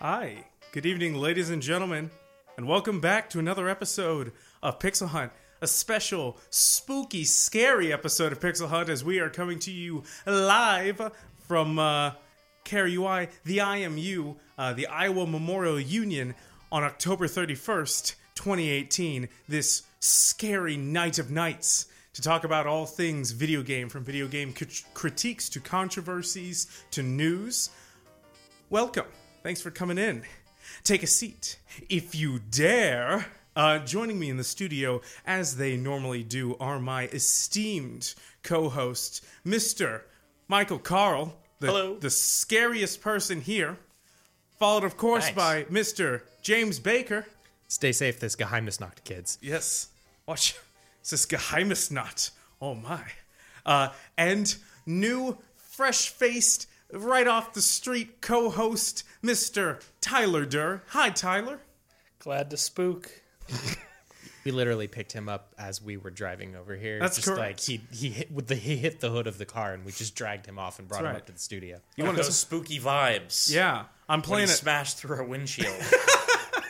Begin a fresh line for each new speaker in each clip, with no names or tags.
Hi, good evening, ladies and gentlemen, and welcome back to another episode of Pixel Hunt, a special, spooky, scary episode of Pixel Hunt as we are coming to you live from uh, CARUI, the IMU, uh, the Iowa Memorial Union, on October 31st, 2018, this scary night of nights to talk about all things video game, from video game crit- critiques to controversies to news. Welcome. Thanks for coming in. Take a seat if you dare. Uh, joining me in the studio, as they normally do, are my esteemed co host, Mr. Michael Carl, the,
Hello.
the scariest person here, followed, of course,
Thanks.
by Mr. James Baker.
Stay safe this Geheimnis knocked kids.
Yes. Watch. This is Geheimes Knot. Oh my. Uh, and new, fresh faced, right off the street co host, Mr. Tyler Durr. Hi, Tyler.
Glad to spook.
We literally picked him up as we were driving over here.
That's
just like
correct.
he he hit with the he hit the hood of the car and we just dragged him off and brought him
right.
up to the studio.
You
One
want
of those
to.
spooky vibes.
Yeah. I'm
When he
playing it.
smashed through a windshield.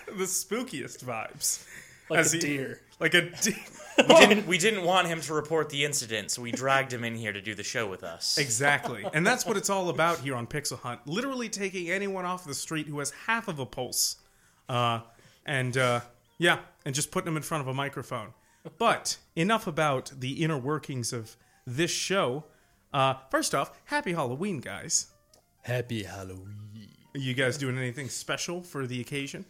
the spookiest vibes.
like
As
a
he-
deer.
Like a deer.
we, didn't, we didn't want him to report the incident, so we dragged him in here to do the show with us.
Exactly. And that's what it's all about here on Pixel Hunt. Literally taking anyone off the street who has half of a pulse. Uh, and uh, yeah, and just putting them in front of a microphone. But enough about the inner workings of this show. Uh, first off, happy Halloween, guys.
Happy Halloween.
Are you guys doing anything special for the occasion?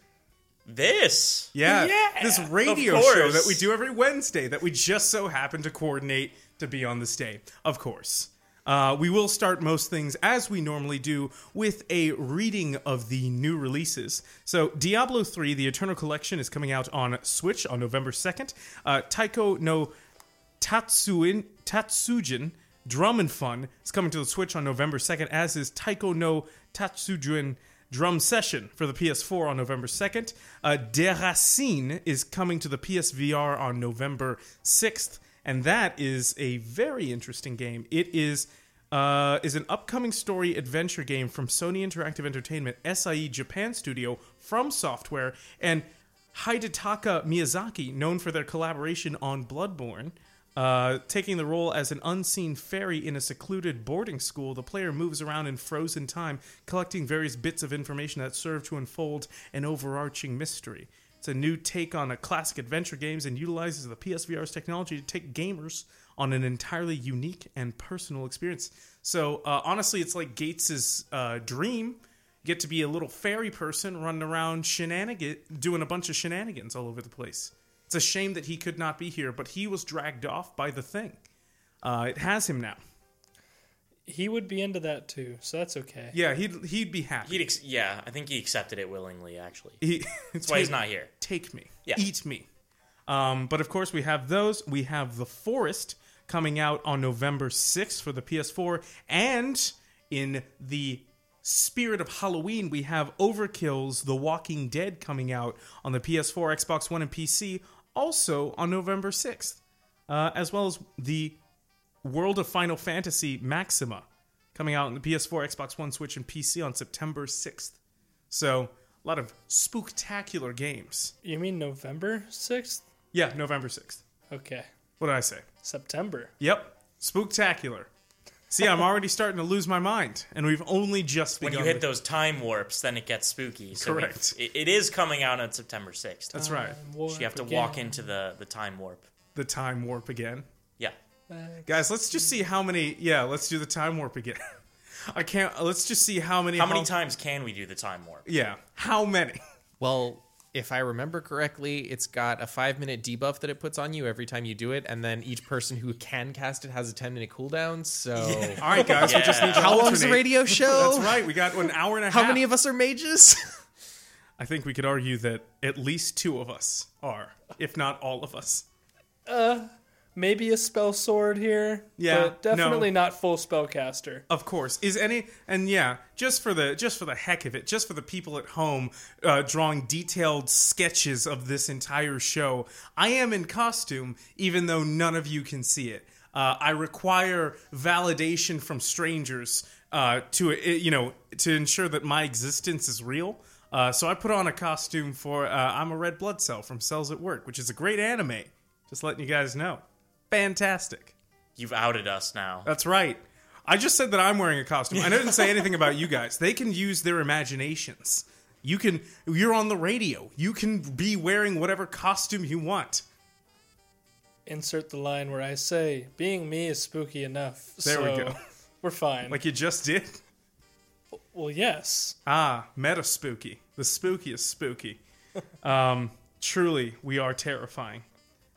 This.
Yeah.
Yeah,
this
of
radio show
course.
that we do every Wednesday that we just so happen to coordinate to be on this day. Of course. Uh, we will start most things as we normally do with a reading of the new releases. So, Diablo 3, the Eternal Collection, is coming out on Switch on November 2nd. Uh, Taiko no Tatsuin, Tatsujin Drum and Fun is coming to the Switch on November 2nd, as is Taiko no Tatsujin Drum Session for the PS4 on November 2nd. Uh, De Racine is coming to the PSVR on November 6th, and that is a very interesting game. It is uh, is an upcoming story adventure game from Sony Interactive Entertainment, SIE Japan Studio, from Software, and Hidetaka Miyazaki, known for their collaboration on Bloodborne. Uh, taking the role as an unseen fairy in a secluded boarding school, the player moves around in frozen time, collecting various bits of information that serve to unfold an overarching mystery. It's a new take on a classic adventure games and utilizes the PSVR's technology to take gamers on an entirely unique and personal experience. So uh, honestly, it's like Gates's uh, dream. You get to be a little fairy person running around shenanigan, doing a bunch of shenanigans all over the place. It's a shame that he could not be here, but he was dragged off by the thing. Uh, it has him now.
He would be into that too, so that's okay.
Yeah, he'd he'd be happy.
He'd ex- yeah, I think he accepted it willingly, actually. That's
He, that's
why he's not here.
take me,
Yeah.
eat me. Um, but of course, we have those. We have The Forest coming out on November 6th for the PS4. And in the spirit of Halloween, we have Overkill's The Walking Dead coming out on the PS4, Xbox One, and PC also on November 6th, uh, as well as the World of Final Fantasy Maxima coming out on the PS4, Xbox One, Switch, and PC on September 6th. So, a lot of spooktacular games.
You mean November 6th?
Yeah, November 6th.
Okay.
What did I say?
September.
Yep, spooktacular. See, I'm already starting to lose my mind, and we've only just
When
begun.
you hit
with-
those time warps, then it gets spooky. So we-
Correct.
It, it is coming out on September 6th.
That's right.
So you have to walk into the, the time warp.
The time warp again.
Yeah.
Guys, let's just see how many. Yeah, let's do the time warp again. I can't. Let's just see how many.
How many times can we do the time warp?
Yeah, how many?
Well, if I remember correctly, it's got a five minute debuff that it puts on you every time you do it, and then each person who can cast it has a ten minute cooldown. So
All right, guys, we just
Yeah.
need to
how long's the
alternate.
radio show?
That's right. We got an hour and a half.
How many of us are mages?
I think we could argue that at least two of us are, if not all of us.
Maybe a spell sword here.
Yeah,
But definitely not full spellcaster.
Of course, is any and yeah, just for the just for the heck of it, just for the people at home uh, drawing detailed sketches of this entire show. I am in costume, even though none of you can see it. Uh, I require validation from strangers uh, to uh, you know to ensure that my existence is real. Uh, so I put on a costume for uh, I'm a Red Blood Cell from Cells at Work, which is a great anime. Just letting you guys know. Fantastic.
You've outed us now.
That's right. I just said that I'm wearing a costume. I didn't say anything about you guys. They can use their imaginations. You can. You're on the radio. You can be wearing whatever costume you want.
Insert the line where I say, being me is spooky enough.
There we
so
go.
We're fine.
Like you just did.
well, yes.
Ah, meta spooky. The spookiest spooky. Um, truly, we are terrifying,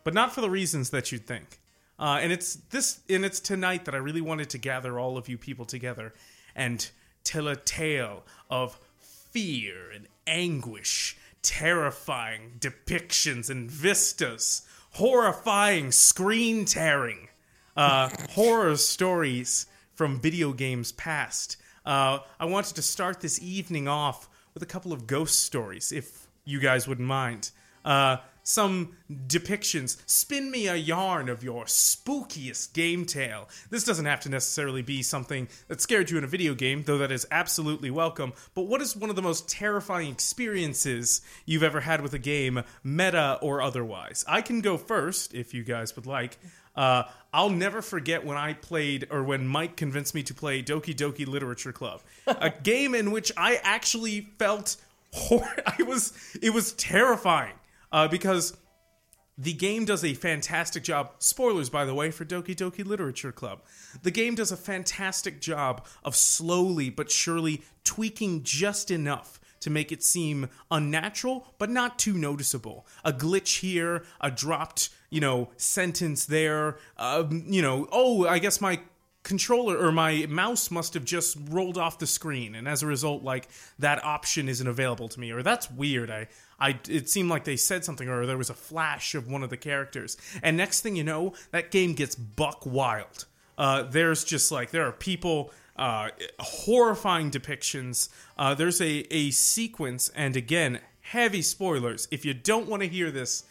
but not for the reasons that you'd think. Uh, and it's this, and it's tonight that I really wanted to gather all of you people together and tell a tale of fear and anguish, terrifying depictions and vistas, horrifying screen tearing uh, horror stories from video games past. Uh, I wanted to start this evening off with a couple of ghost stories, if you guys wouldn't mind. Uh, some depictions. Spin me a yarn of your spookiest game tale. This doesn't have to necessarily be something that scared you in a video game, though that is absolutely welcome. But what is one of the most terrifying experiences you've ever had with a game, meta or otherwise? I can go first if you guys would like. Uh, I'll never forget when I played, or when Mike convinced me to play Doki Doki Literature Club, a game in which I actually felt hor- I was it was terrifying uh, because the game does a fantastic job. Spoilers, by the way, for Doki Doki Literature Club. The game does a fantastic job of slowly but surely tweaking just enough to make it seem unnatural, but not too noticeable. A glitch here, a dropped, you know, sentence there. Um, you know, oh, I guess my controller or my mouse must have just rolled off the screen and as a result like that option isn't available to me or that's weird i i it seemed like they said something or there was a flash of one of the characters and next thing you know that game gets buck wild uh, there's just like there are people uh, horrifying depictions uh, there's a a sequence and again heavy spoilers if you don't want to hear this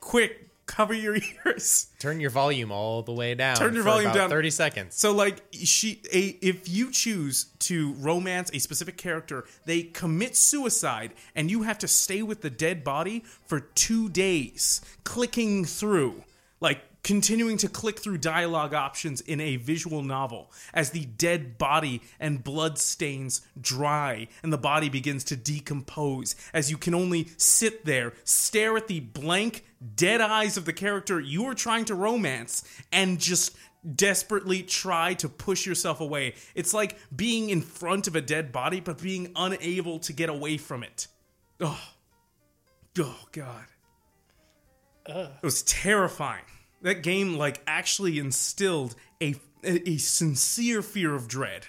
quick cover your ears
Turn your volume all the way down.
Turn your
for
volume
about
down.
Thirty seconds.
So like she a if you choose to romance a specific character, they commit suicide and you have to stay with the dead body for 2 days, clicking through like continuing to click through dialogue options in a visual novel as the dead body and blood stains dry and the body begins to decompose as you can only sit there stare at the blank dead eyes of the character you are trying to romance and just desperately try to push yourself away. It's like being in front of a dead body, but being unable to get away from it. Oh, oh God. It was terrifying. That game, like, actually instilled a, a, a sincere fear of dread.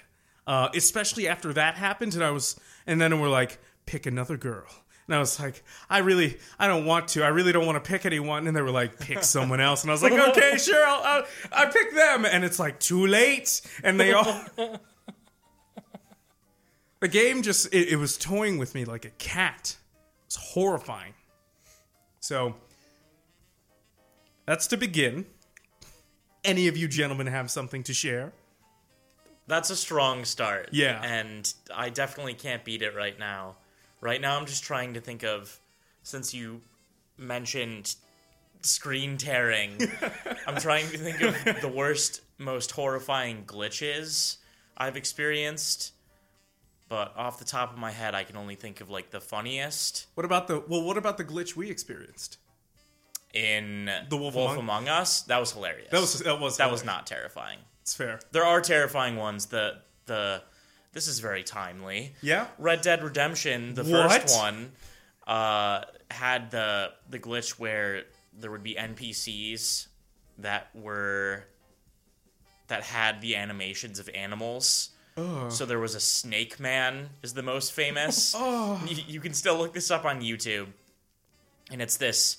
Uh, especially after that happened, and I was, and then we're like, pick another girl. And I was like, I really, I don't want to. I really don't want to pick anyone. And they were like, pick someone else. And I was like, okay, sure, I'll, I'll, I pick them. And it's like, too late. And they all, the game just, it, it was toying with me like a cat. It was horrifying. So, that's to begin. Any of you gentlemen have something to share?
That's a strong start.
Yeah.
And I definitely can't beat it right now. Right now, I'm just trying to think of, since you mentioned screen tearing, I'm trying to think of the worst, most horrifying glitches I've experienced. But off the top of my head, I can only think of like the funniest
What about the well? What about the glitch we experienced?
in
The Wolf Among-
Among Us. That was hilarious.
That was that was
that was not terrifying.
It's fair.
There are terrifying ones. The the this is very timely.
Yeah.
Red Dead Redemption, the first
What?
one, uh, had the the glitch where there would be NPCs that were that had the animations of animals. So there was a snake man is the most famous. you, you can still look this up on YouTube, and it's this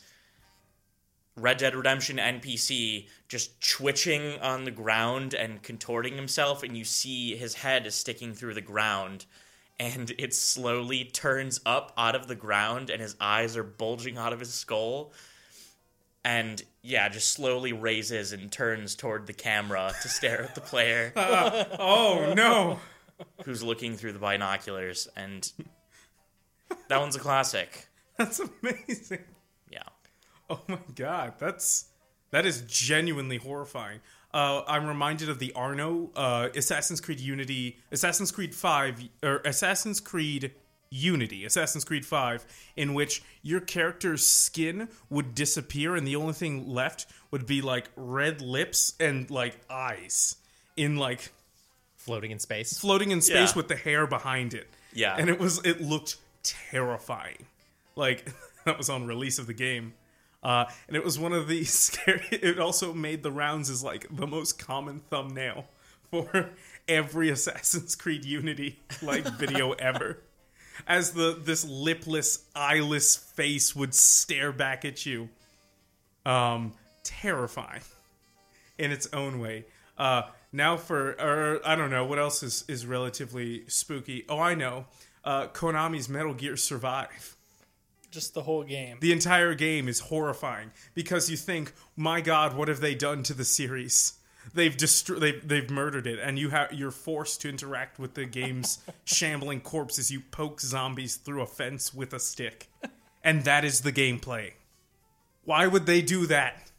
Red Dead Redemption NPC just twitching on the ground and contorting himself, and you see his head is sticking through the ground, and it slowly turns up out of the ground, and his eyes are bulging out of his skull. And yeah, just slowly raises and turns toward the camera to stare at the player
Oh no!
who's looking through the binoculars. And That one's a classic.
That's amazing.
Yeah.
Oh my god, that's that is genuinely horrifying. Uh, I'm reminded of the Arno uh, Assassin's Creed Unity, Assassin's Creed Five, or Assassin's Creed Unity, Assassin's Creed Five, in which your character's skin would disappear and the only thing left would be like red lips and like eyes in like
floating in space.
floating in space
Yeah.
with the hair behind it.
Yeah.
And it was it looked terrifying. Like that was on release of the game. Uh, and it was one of the scary it also made the rounds as like the most common thumbnail for every Assassin's Creed Unity like video ever. As the this lipless, eyeless face would stare back at you. Um terrifying in its own way. Uh, now for, or I don't know, what else is is relatively spooky? Oh, I know, uh, Konami's Metal Gear Survive.
Just the whole game.
The entire game is horrifying because you think, my God, what have they done to the series? They've destro- they've, they've murdered it, and you ha- you're forced to interact with the game's shambling corpse as you poke zombies through a fence with a stick, and that is the gameplay. Why would they do that?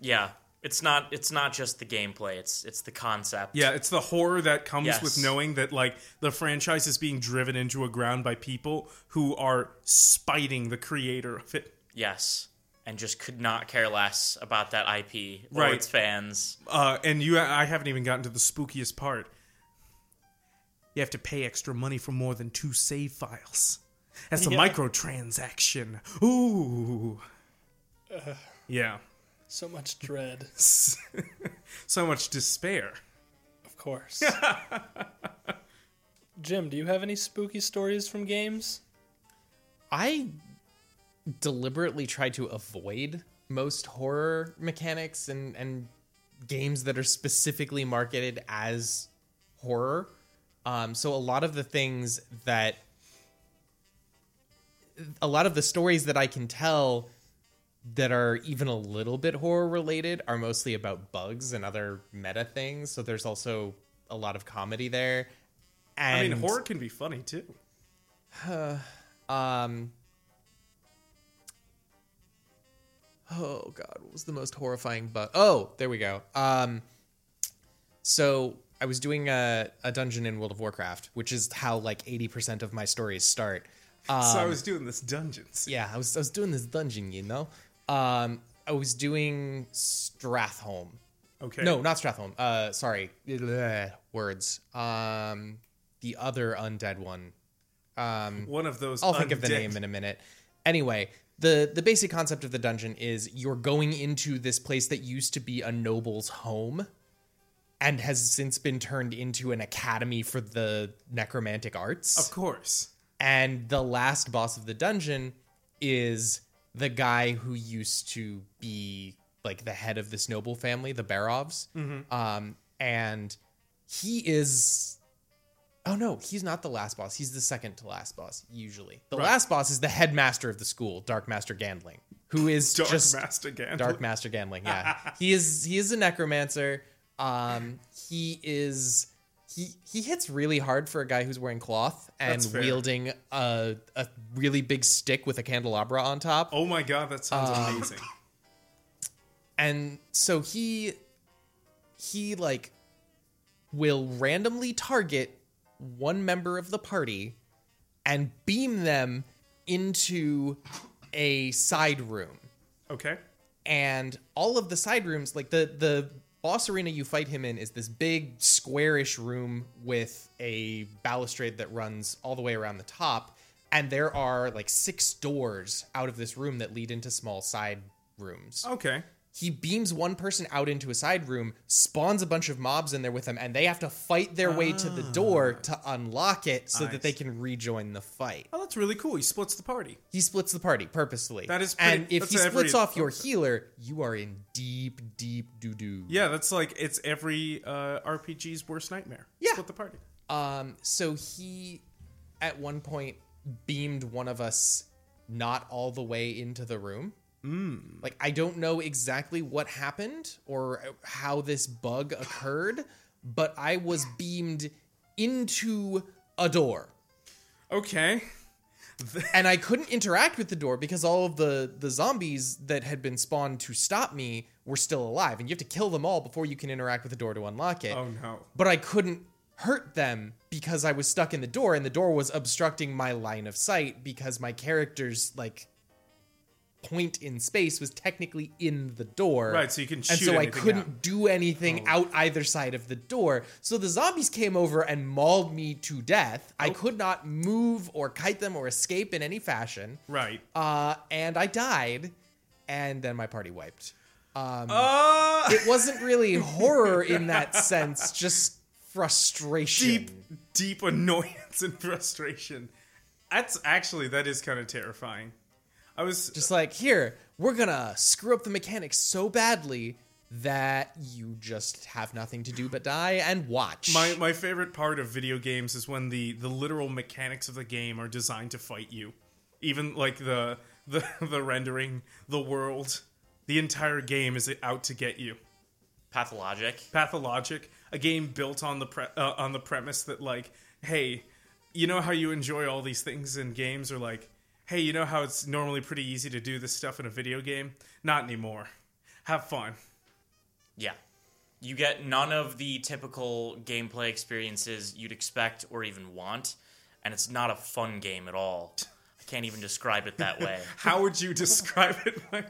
Yeah. It's not it's not just the gameplay, it's it's the concept.
Yeah, it's the horror that comes
Yes.
with knowing that like the franchise is being driven into a ground by people who are spiting the creator of it.
Yes. And just could not care less about that IP or
Right.
its fans.
Uh, and you, I haven't even gotten to the spookiest part. You have to pay extra money for more than two save files. That's a microtransaction. Ooh. Yeah.
So much dread,
so much despair.
of course. Jim, do you have any spooky stories from games?
I deliberately try to avoid most horror mechanics and and games that are specifically marketed as horror. Um, so a lot of the things that a lot of the stories that I can tell that are even a little bit horror related are mostly about bugs and other meta things. So there's also a lot of comedy there. And
I mean, horror can be funny too.
um. Oh God, what was the most horrifying bug? Oh, there we go. Um. So I was doing a, a dungeon in World of Warcraft, which is how like eighty percent of my stories start.
so I
um,
was doing this dungeons.
Yeah, I was I was doing this dungeon, you know. Um, I was doing Strathholm.
Okay.
No, not Strathholm. Uh, sorry, Bleh, words. Um, the other undead one. Um,
One of those.
I'll think of the
undead-
name in a minute. Anyway, the the basic concept of the dungeon is you're going into this place that used to be a noble's home and has since been turned into an academy for the necromantic arts.
Of course.
And the last boss of the dungeon is the guy who used to be like the head of this noble family, the Barovs. Um, and he is. Oh no, he's not the last boss. He's the second to last boss, usually. The last boss is the headmaster of the school, Dark Master Gandling, who is
Dark
just
Master Gandalf.
Dark Master Gandling. Yeah, he is. He is a necromancer. Um, he is. He he hits really hard for a guy who's wearing cloth and
That's fair.
wielding a a really big stick with a candelabra on top.
Oh my god, that sounds
Uh.
amazing.
and so he he like will randomly target one member of the party and beam them into a side room
Okay.
and all of the side rooms like the the boss arena you fight him in is this big squarish room with a balustrade that runs all the way around the top and there are like six doors out of this room that lead into small side rooms
Okay.
he beams one person out into a side room, spawns a bunch of mobs in there with him, and they have to fight their way to the door to unlock it so that they can rejoin the fight.
Oh, that's really cool. He splits the party.
He splits the party purposely.
That is
and
pretty-
if he
that's every-
splits off your healer, you are in deep, deep doo doo.
Yeah, that's like it's every uh, RPG's worst nightmare.
Yeah.
Split the party.
Um, so he, at one point, beamed one of us not all the way into the room.
Hmm.
Mm. Like, I don't know exactly what happened or how this bug occurred, but I was beamed into a door.
Okay.
and I couldn't interact with the door because all of the the zombies that had been spawned to stop me were still alive, and you have to kill them all before you can interact with the door to unlock it.
Oh no.
But I couldn't hurt them because I was stuck in the door, and the door was obstructing my line of sight because my character's like point in space was technically in the door.
Right, so you can
And
shoot
so I
anything
couldn't
out.
do anything
Oh.
out either side of the door. So the zombies came over and mauled me to death. I could not move or kite them or escape in any fashion.
Right.
Uh, and I died, and then my party wiped.
Uh,
It wasn't really horror in that sense, just frustration.
deep, deep annoyance and frustration. That's actually that is kind of terrifying. I was
Just like, here, we're gonna screw up the mechanics so badly that you just have nothing to do but die and watch.
my my favorite part of video games is when the the literal mechanics of the game are designed to fight you. Even like the the the rendering, the world, the entire game is out to get you.
Pathologic.
Pathologic, a game built on the pre- uh, on the premise that like, hey, you know how you enjoy all these things in games, or like, hey, you know how it's normally pretty easy to do this stuff in a video game? Not anymore. Have fun.
Yeah. You get none of the typical gameplay experiences you'd expect or even want, and it's not a fun game at all. I can't even describe it that way.
How would you describe it, Mike?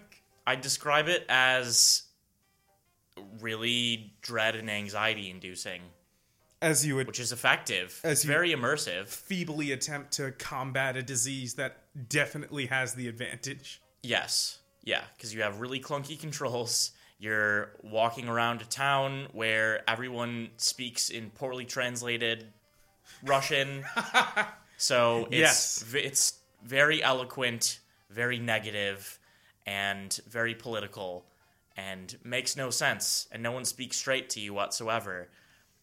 I describe it as really dread and anxiety inducing,
As you would
which is effective.
As
it's
you-
very immersive.
feebly attempt to combat a disease that definitely has the advantage.
Yes. Yeah, because you have really clunky controls. You're walking around a town where everyone speaks in poorly translated Russian. so it's
Yes.
v- it's very eloquent, very negative, and very political, and makes no sense. And no one speaks straight to you whatsoever.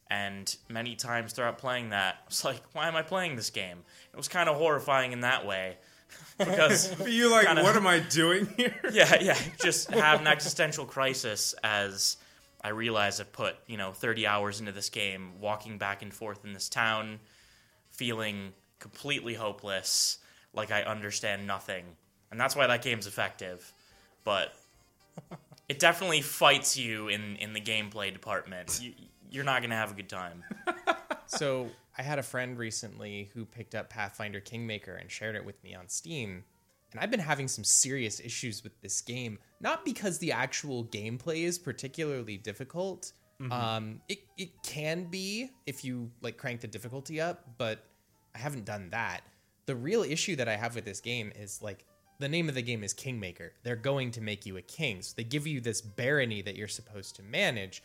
And many times throughout playing that, I was like, why am I playing this game? It was kind of horrifying in that way. Because
You like,
Kinda.
what am I doing here?
yeah, yeah. Just have an existential crisis as I realize I've put, you know, 30 hours into this game, walking back and forth in this town, feeling completely hopeless, like I understand nothing. And that's why that game's effective. But it definitely fights you in, in the gameplay department. You, you're not going to have a good time.
so I had a friend recently who picked up Pathfinder Kingmaker and shared it with me on Steam. And I've been having some serious issues with this game, not because the actual gameplay is particularly difficult. Um, it, it can be if you like crank the difficulty up, but I haven't done that. The real issue that I have with this game is like the name of the game is Kingmaker. They're going to make you a king. So they give you this barony that you're supposed to manage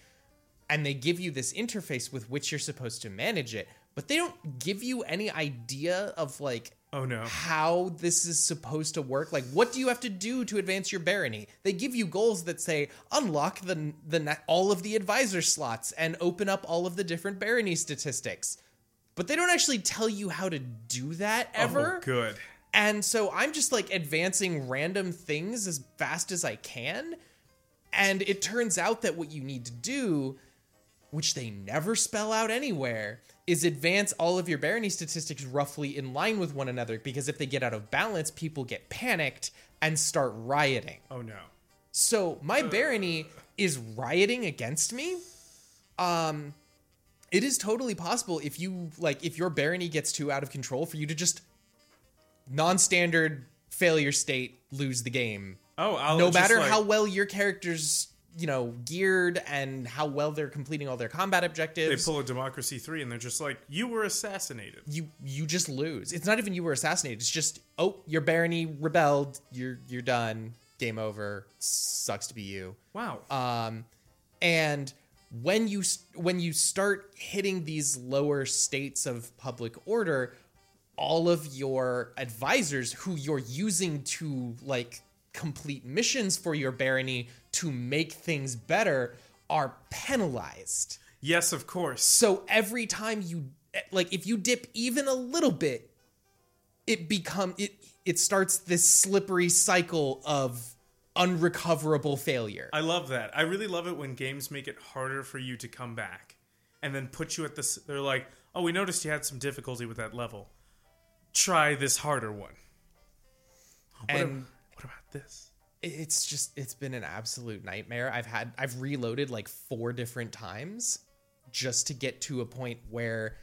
and they give you this interface with which you're supposed to manage it but they don't give you any idea of like
Oh no.
how this is supposed to work like what do you have to do to advance your barony they give you goals that say unlock the the ne- all of the advisor slots and open up all of the different barony statistics but they don't actually tell you how to do that ever
Oh, good.
and so I'm just like advancing random things as fast as I can. And it turns out that what you need to do, which they never spell out anywhere, is advance all of your barony statistics roughly in line with one another because if they get out of balance, people get panicked and start rioting.
Oh no.
So my barony is rioting against me. Um it is totally possible if you like if your barony gets too out of control for you to just non-standard failure state lose the game.
Oh, I'll
no
just,
matter
like-
how well your character's, you know, geared and how well they're completing all their combat
they
objectives.
pull a Democracy 3 and they're just like, you were assassinated.
you you just lose. It's not even you were assassinated. It's just oh, your barony rebelled. You're you're done. Game over. Sucks to be you.
Wow.
um, and when you s- when you start hitting these lower states of public order all of your advisors who you're using to like complete missions for your barony to make things better are penalized
yes, of course.
so every time you like if you dip even a little bit it become it it starts this slippery cycle of unrecoverable failure
I love that. I really love it when games make it harder for you to come back and then put you at this. They're like, oh, we noticed you had some difficulty with that level. try this harder one. What,
and
ab- what about this?
it's just it's been an absolute nightmare. I've had I've reloaded like four different times just to get to a point where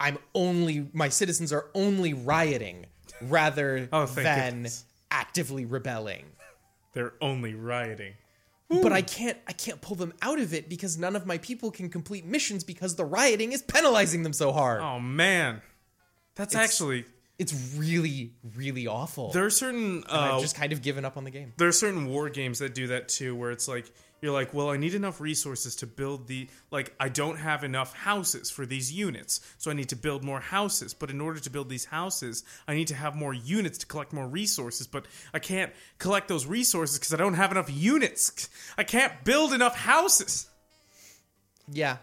I'm only my citizens are only rioting rather
Oh, thank
than
goodness.
actively rebelling.
They're only rioting.
But I can't I can't pull them out of it because none of my people can complete missions because the rioting is penalizing them so hard.
Oh man, that's actually
It's really really awful.
there are certain uh,
I've just kind of given up on the game.
there are certain war games that do that too, where it's like you're like, well, I need enough resources to build the like I don't have enough houses for these units, so I need to build more houses. But in order to build these houses, I need to have more units to collect more resources. But I can't collect those resources because I don't have enough units. I can't build enough houses.
Yeah.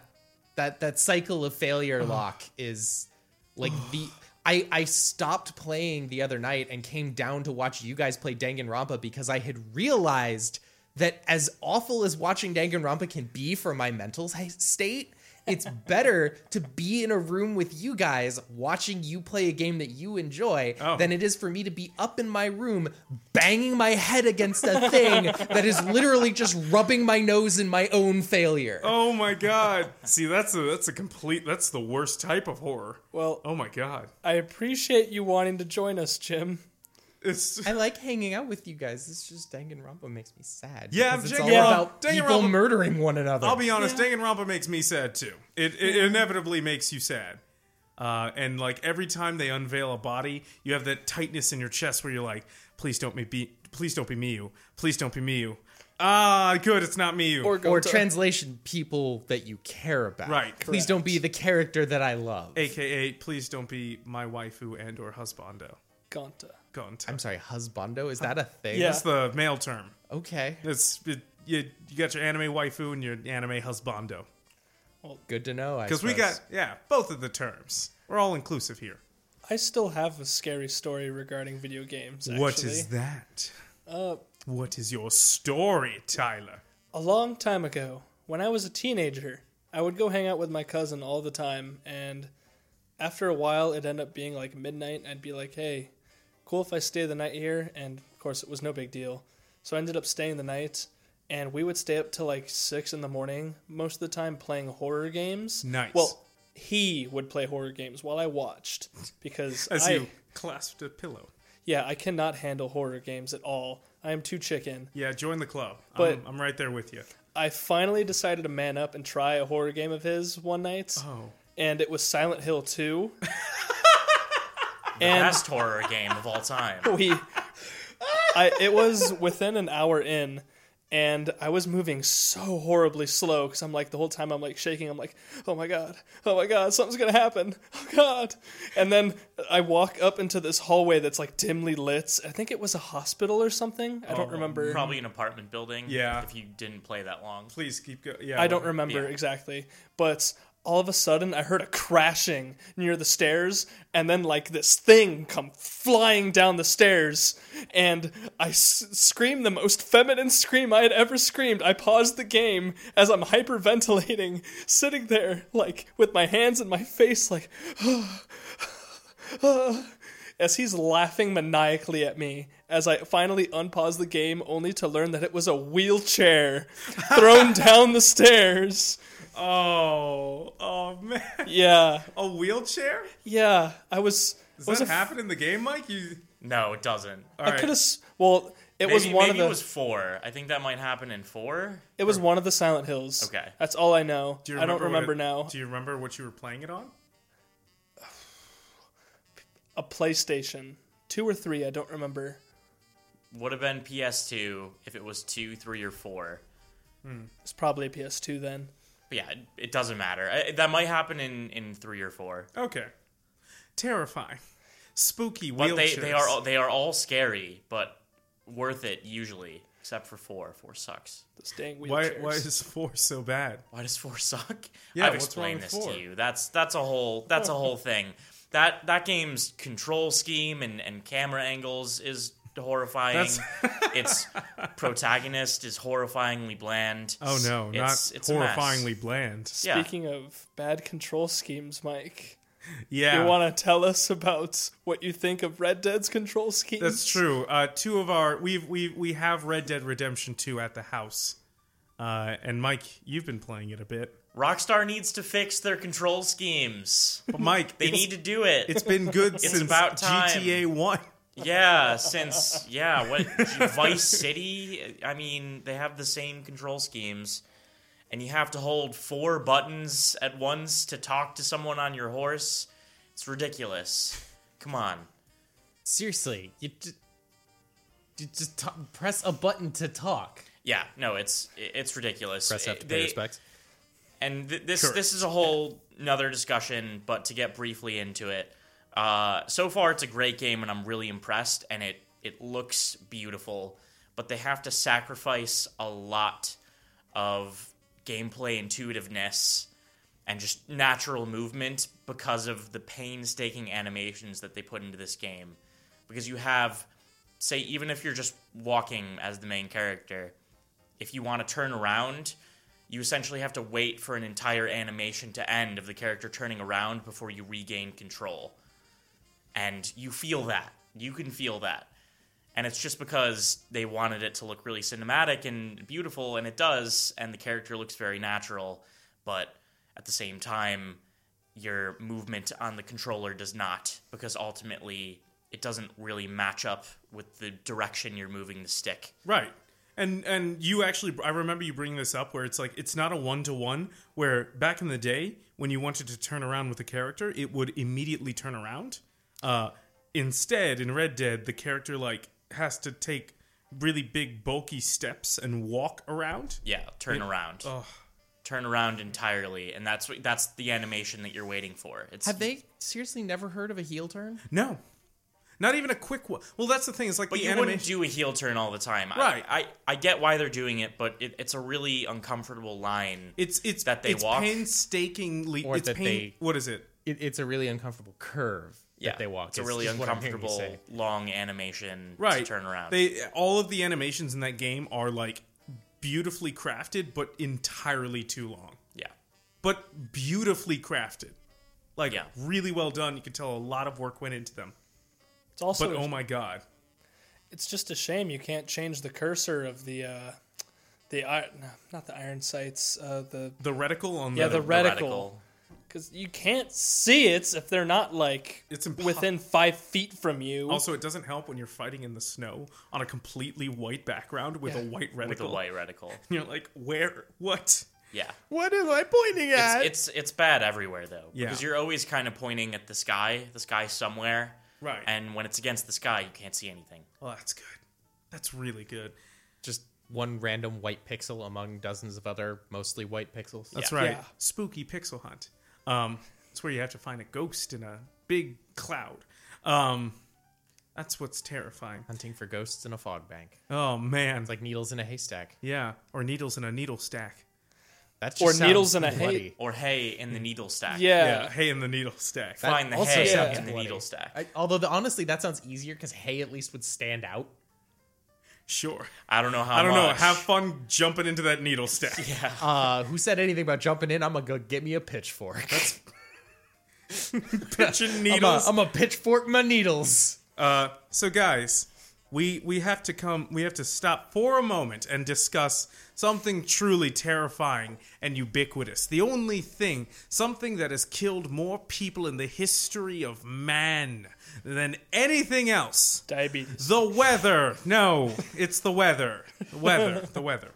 That that cycle of failure lock is like the I I stopped playing the other night and came down to watch you guys play Danganronpa because I had realized that as awful as watching Danganronpa can be for my mental s- state, it's better to be in a room with you guys watching you play a game that you enjoy
Oh.
than it is for me to be up in my room banging my head against a thing that is literally just rubbing my nose in my own failure.
Oh my god! See, that's a that's a complete that's the worst type of horror.
Well,
Oh my god!
I appreciate you wanting to join us, Jim.
It's
I like hanging out with you guys. It's just Danganronpa makes me sad.
Yeah,
because it's
Danganronpa-
all about people
Danganronpa-
murdering one another.
I'll be honest, Danganronpa makes me sad too. It, it inevitably makes you sad. Uh, and like every time they unveil a body, you have that tightness in your chest where you're like, please don't be, please don't be Miyu, please don't be Miyu. Ah, good, it's not Miyu.
or
Gonta.
translation, people that you care about.
Right.
Please don't be the character that I love.
AKA, please don't be my waifu and or husbando.
Gonta.
Gonta.
I'm sorry, husbando? Is that a thing?
Yeah.
That's the male term.
Okay.
It's it, you, you got your anime waifu and your anime husbando.
Good to know.
Because we got yeah, both of the terms. We're all inclusive here.
I still have a scary story regarding video games. Actually.
What is that?
Uh,
What is your story, Tyler?
A long time ago, when I was a teenager, I would go hang out with my cousin all the time, and after a while, it'd end up being like midnight. and I'd be like, hey, cool if I stay the night here, and of course, it was no big deal. So I ended up staying the night, and we would stay up till like 6 in the morning, most of the time playing horror games.
Nice.
Well, he would play horror games while I watched, because
As
I,
you clasped a pillow.
yeah, I cannot handle horror games at all. I am too chicken.
Yeah, join the club.
But-
I'm, I'm right there with you.
I finally decided to man up and try a horror game of his one night,
Oh,
and it was Silent Hill 2. and
Best horror game of all time.
we, I, it was within an hour in, and I was moving so horribly slow because I'm like the whole time I'm like shaking. I'm like, oh my god, oh my god, something's gonna happen, oh god. And then I walk up into this hallway that's like dimly lit. I think it was a hospital or something. I don't remember.
Probably an apartment building.
Yeah.
If you didn't play that long.
please keep going. Yeah,
I don't
well,
remember
yeah.
exactly, but all of a sudden I heard a crashing near the stairs, and then like this thing come flying down the stairs, and I s- screamed the most feminine scream I had ever screamed. I paused the game as I'm hyperventilating, sitting there like with my hands in my face, like. as he's laughing maniacally at me as I finally unpause the game only to learn that it was a wheelchair thrown down the stairs.
Oh, oh man,
Yeah.
a wheelchair?
Yeah, I was
Does
was
that
a-
happen in the game, Mike? You
No, it doesn't.
all
I
right.
could have well, it
Maybe,
was one of
maybe
the
it was four. I think that might happen in four.
it was one of the Silent Hills.
Okay.
That's all I know.
Do you
I don't
what
remember
it-
now.
Do you remember what you were playing it on?
A PlayStation 2 or 3, I don't remember.
Would have been PS2 if it was two, three, or four.
It's probably a PS2 then.
But yeah, it, it doesn't matter. I, that might happen in, in three or four.
Okay, terrifying, spooky
But they,
wheelchairs.
they are all, they are all scary, but worth it usually, except for four. Four sucks.
This dang
Why,
wheelchairs.
why is four so bad?
Why does four suck?
Yeah,
I've
what's wrong
explained
with
this
four?
to you. That's that's a whole that's a whole thing. That that game's control scheme and, and camera angles is horrifying.
That's-
its protagonist is horrifyingly bland.
Oh no,
it's,
not
it's a mess.
horrifyingly bland.
Yeah.
Speaking of bad control schemes, Mike,
Yeah.
You want to tell us about what you think of Red Dead's control scheme?
That's true. Uh, two of our we've we we have Red Dead Redemption Two at the house, uh, and Mike, you've been playing it a bit.
Rockstar needs to fix their control schemes.
But Mike,
They
it's,
need to do it.
it's been good since
about time.
GTA One.
yeah, since yeah, what Vice City? I mean, they have the same control schemes, and you have to hold four buttons at once to talk to someone on your horse. It's ridiculous. Come on.
Seriously, you, ju- you just t- press a button to talk.
Yeah, no, it's it's ridiculous.
Press F to pay
They-
respects.
and th- this this is a whole another discussion but to get briefly into it uh, so far it's a great game and i'm really impressed and it it looks beautiful but they have to sacrifice a lot of gameplay intuitiveness and just natural movement because of the painstaking animations that they put into this game because you have say even if you're just walking as the main character if you want to turn around, you essentially have to wait for an entire animation to end of the character turning around before you regain control. And you feel that. You can feel that. And it's just because they wanted it to look really cinematic and beautiful, and it does, and the character looks very natural, but at the same time, your movement on the controller does not, because ultimately it doesn't really match up with the direction you're moving the stick.
Right. And and you actually I remember you bringing this up where it's like it's not a one to one where back in the day when you wanted to turn around with a character it would immediately turn around. Uh instead in Red Dead the character like has to take really big bulky steps and walk around.
Yeah, turn around. Turn around entirely, and that's what, that's the animation that you're waiting for. It's
Have they seriously never heard of a heel turn?
No. Not even a quick one. Well, that's the thing. It's like
but
the
you
animation
wouldn't do a heel turn all the time, I-
Right.
I, I, get why they're doing it, but it, it's a really uncomfortable line.
it's it's
that they
it's
walk.
painstakingly
Or
it's
that
pain
they-
what is it?
It, it's a really uncomfortable curve
yeah,
that they walk.
It's a
is-
really
is what I'm hearing you
uncomfortable
say.
long animation
right
to turn around.
they all of the animations in that game are like beautifully crafted but entirely too long
yeah,
but beautifully crafted like
Yeah.
really well done you can tell a lot of work went into them
It's also
but oh my god
it's just a shame you can't change the cursor of the uh, the ir- no, not the iron sights uh, the
the reticle on
yeah
the,
the, reticle because you can't see it if they're not like
It's impo-
within five feet from you.
also it doesn't help when you're fighting in the snow on a completely white background with a white reticle
with the white reticle.
you're like where what
Yeah,
What am I pointing at?
it's it's bad everywhere though
Yeah.
because you're always kind of pointing at the sky, the sky somewhere,
Right.
And when it's against the sky, you can't see anything.
oh that's good that's really good
just one random white pixel among dozens of other mostly white pixels.
That's
Yeah.
right.
Yeah.
Spooky pixel hunt. Um, it's where you have to find a ghost in a big cloud. Um, that's what's terrifying.
Hunting for ghosts in a fog bank.
Oh man,
It's like needles in a haystack.
yeah, or needles in a needle stack.
That just
Or
sounds
needles in a hay-
bloody.
Or hay in the needle stack.
yeah,
hey, in the needle stack.
That
Find the
also
hay
sounds
in the
bloody.
needle stack.
I, although the, honestly, that sounds easier because hay at least would stand out.
Sure.
I don't know how.
I don't know.
much.
Have fun jumping into that needle stack.
Uh, who said anything about jumping in? I'm gonna go get me a pitchfork.
Pitching
I'm a,
needles.
I'm a pitchfork my needles.
Uh, so guys, we we have to come. We have to stop for a moment and discuss something truly terrifying and ubiquitous. The only thing, something that has killed more people in the history of man than anything else.
diabetes.
The weather. No, it's the weather. The weather. The weather.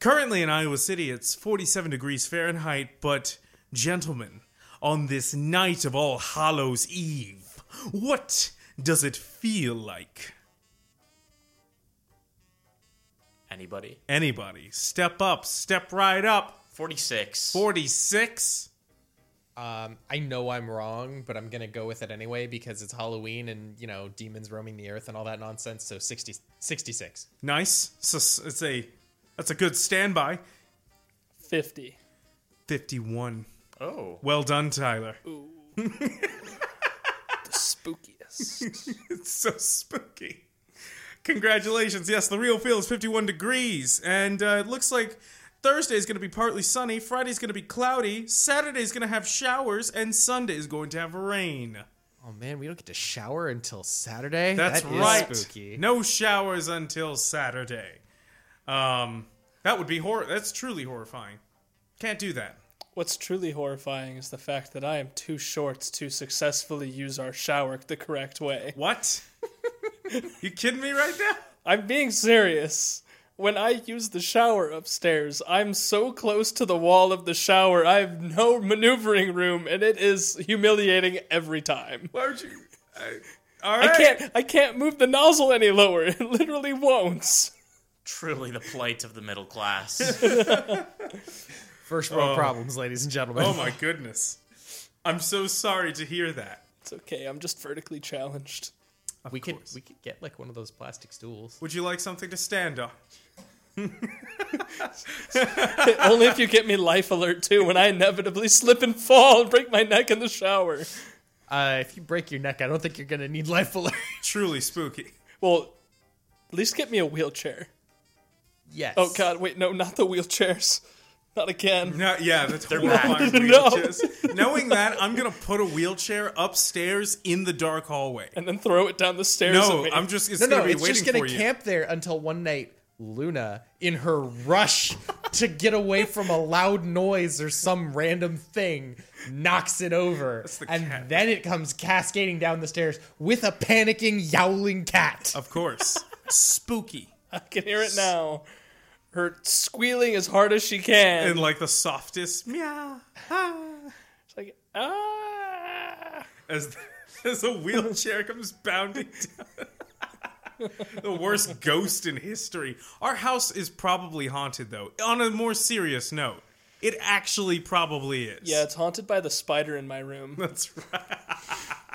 Currently in Iowa City, it's 47 degrees Fahrenheit, but gentlemen, on this night of All Hallows Eve, what does it feel like?
Anybody?
Anybody, step up, step right up.
46.
46?
Um, I know I'm wrong, but I'm gonna go with it anyway because it's Halloween and you know demons roaming the earth and all that nonsense. So 60, 66.
Nice. It's a, it's a that's a good standby.
50.
51.
Oh.
Well done, Tyler.
The spookiest.
It's so spooky. Congratulations. Yes, the real feel is 51 degrees. And uh, it looks like Thursday's going to be partly sunny, Friday's going to be cloudy, Saturday's going to have showers, and Sunday's going to have rain.
Oh man, we don't get to shower until Saturday.
That's
That is
right.
spooky.
No showers until Saturday. Um, that would be hor. That's truly horrifying. Can't do that.
What's truly horrifying is the fact that I am too short to successfully use our shower the correct way.
What? you kidding me right now?
I'm being serious. When I use the shower upstairs, I'm so close to the wall of the shower, I have no maneuvering room, and it is humiliating every time.
Why would you? I, all
I
right.
can't I can't move the nozzle any lower. It literally won't.
Truly the plight of the middle class.
First world problems, ladies and gentlemen.
Oh my goodness. I'm so sorry to hear that.
It's okay. I'm just vertically challenged.
we could
course.
we could get like one of those plastic stools.
Would you like something to stand on?
Only if you get me life alert too when I inevitably slip and fall and break my neck in the shower.
Uh, if you break your neck, I don't think you're gonna need life alert.
Truly spooky.
Well, at least get me a wheelchair.
yes.
Oh god, wait, no, not the wheelchairs. Not again.
No, yeah, that's horrifying.
No.
wheelchairs. Knowing that, I'm gonna put a wheelchair upstairs in the dark hallway.
And then throw it down the stairs at
No,
me.
I'm just. It's
No, no,
gonna be
it's
waiting
just gonna
for you.
camp there until one night Luna, in her rush to get away from a loud noise or some random thing, knocks it over,
the
and
cat.
then it comes cascading down the stairs with a panicking, yowling cat.
Of course, spooky
I can hear it now. Her squealing as hard as she can.
and like the softest meow
it's like ah.
as as the wheelchair comes bounding down. the worst ghost in history. Our house is probably haunted, though. On a more serious note, it actually probably is.
Yeah, it's haunted by the spider in my room
that's right.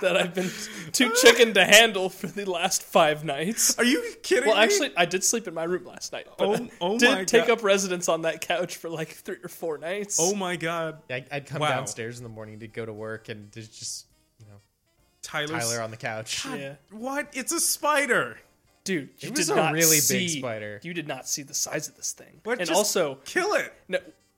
that I've been too chicken to handle for the last five nights.
Are you kidding
Well,
me?
actually, I did sleep in my room last night, but
Oh- oh
I
my
did take
God.
up residence on that couch for like three or four nights.
oh my god,
I, I'd come
Wow.
downstairs in the morning to go to work and there's just you know
Tyler's,
Tyler on the couch.
yeah,
What? It's a spider.
dude, you
was
did
a
not
really big
see-
spider.
You did not see the size of this thing,
But
and
just
also,
kill it.
no,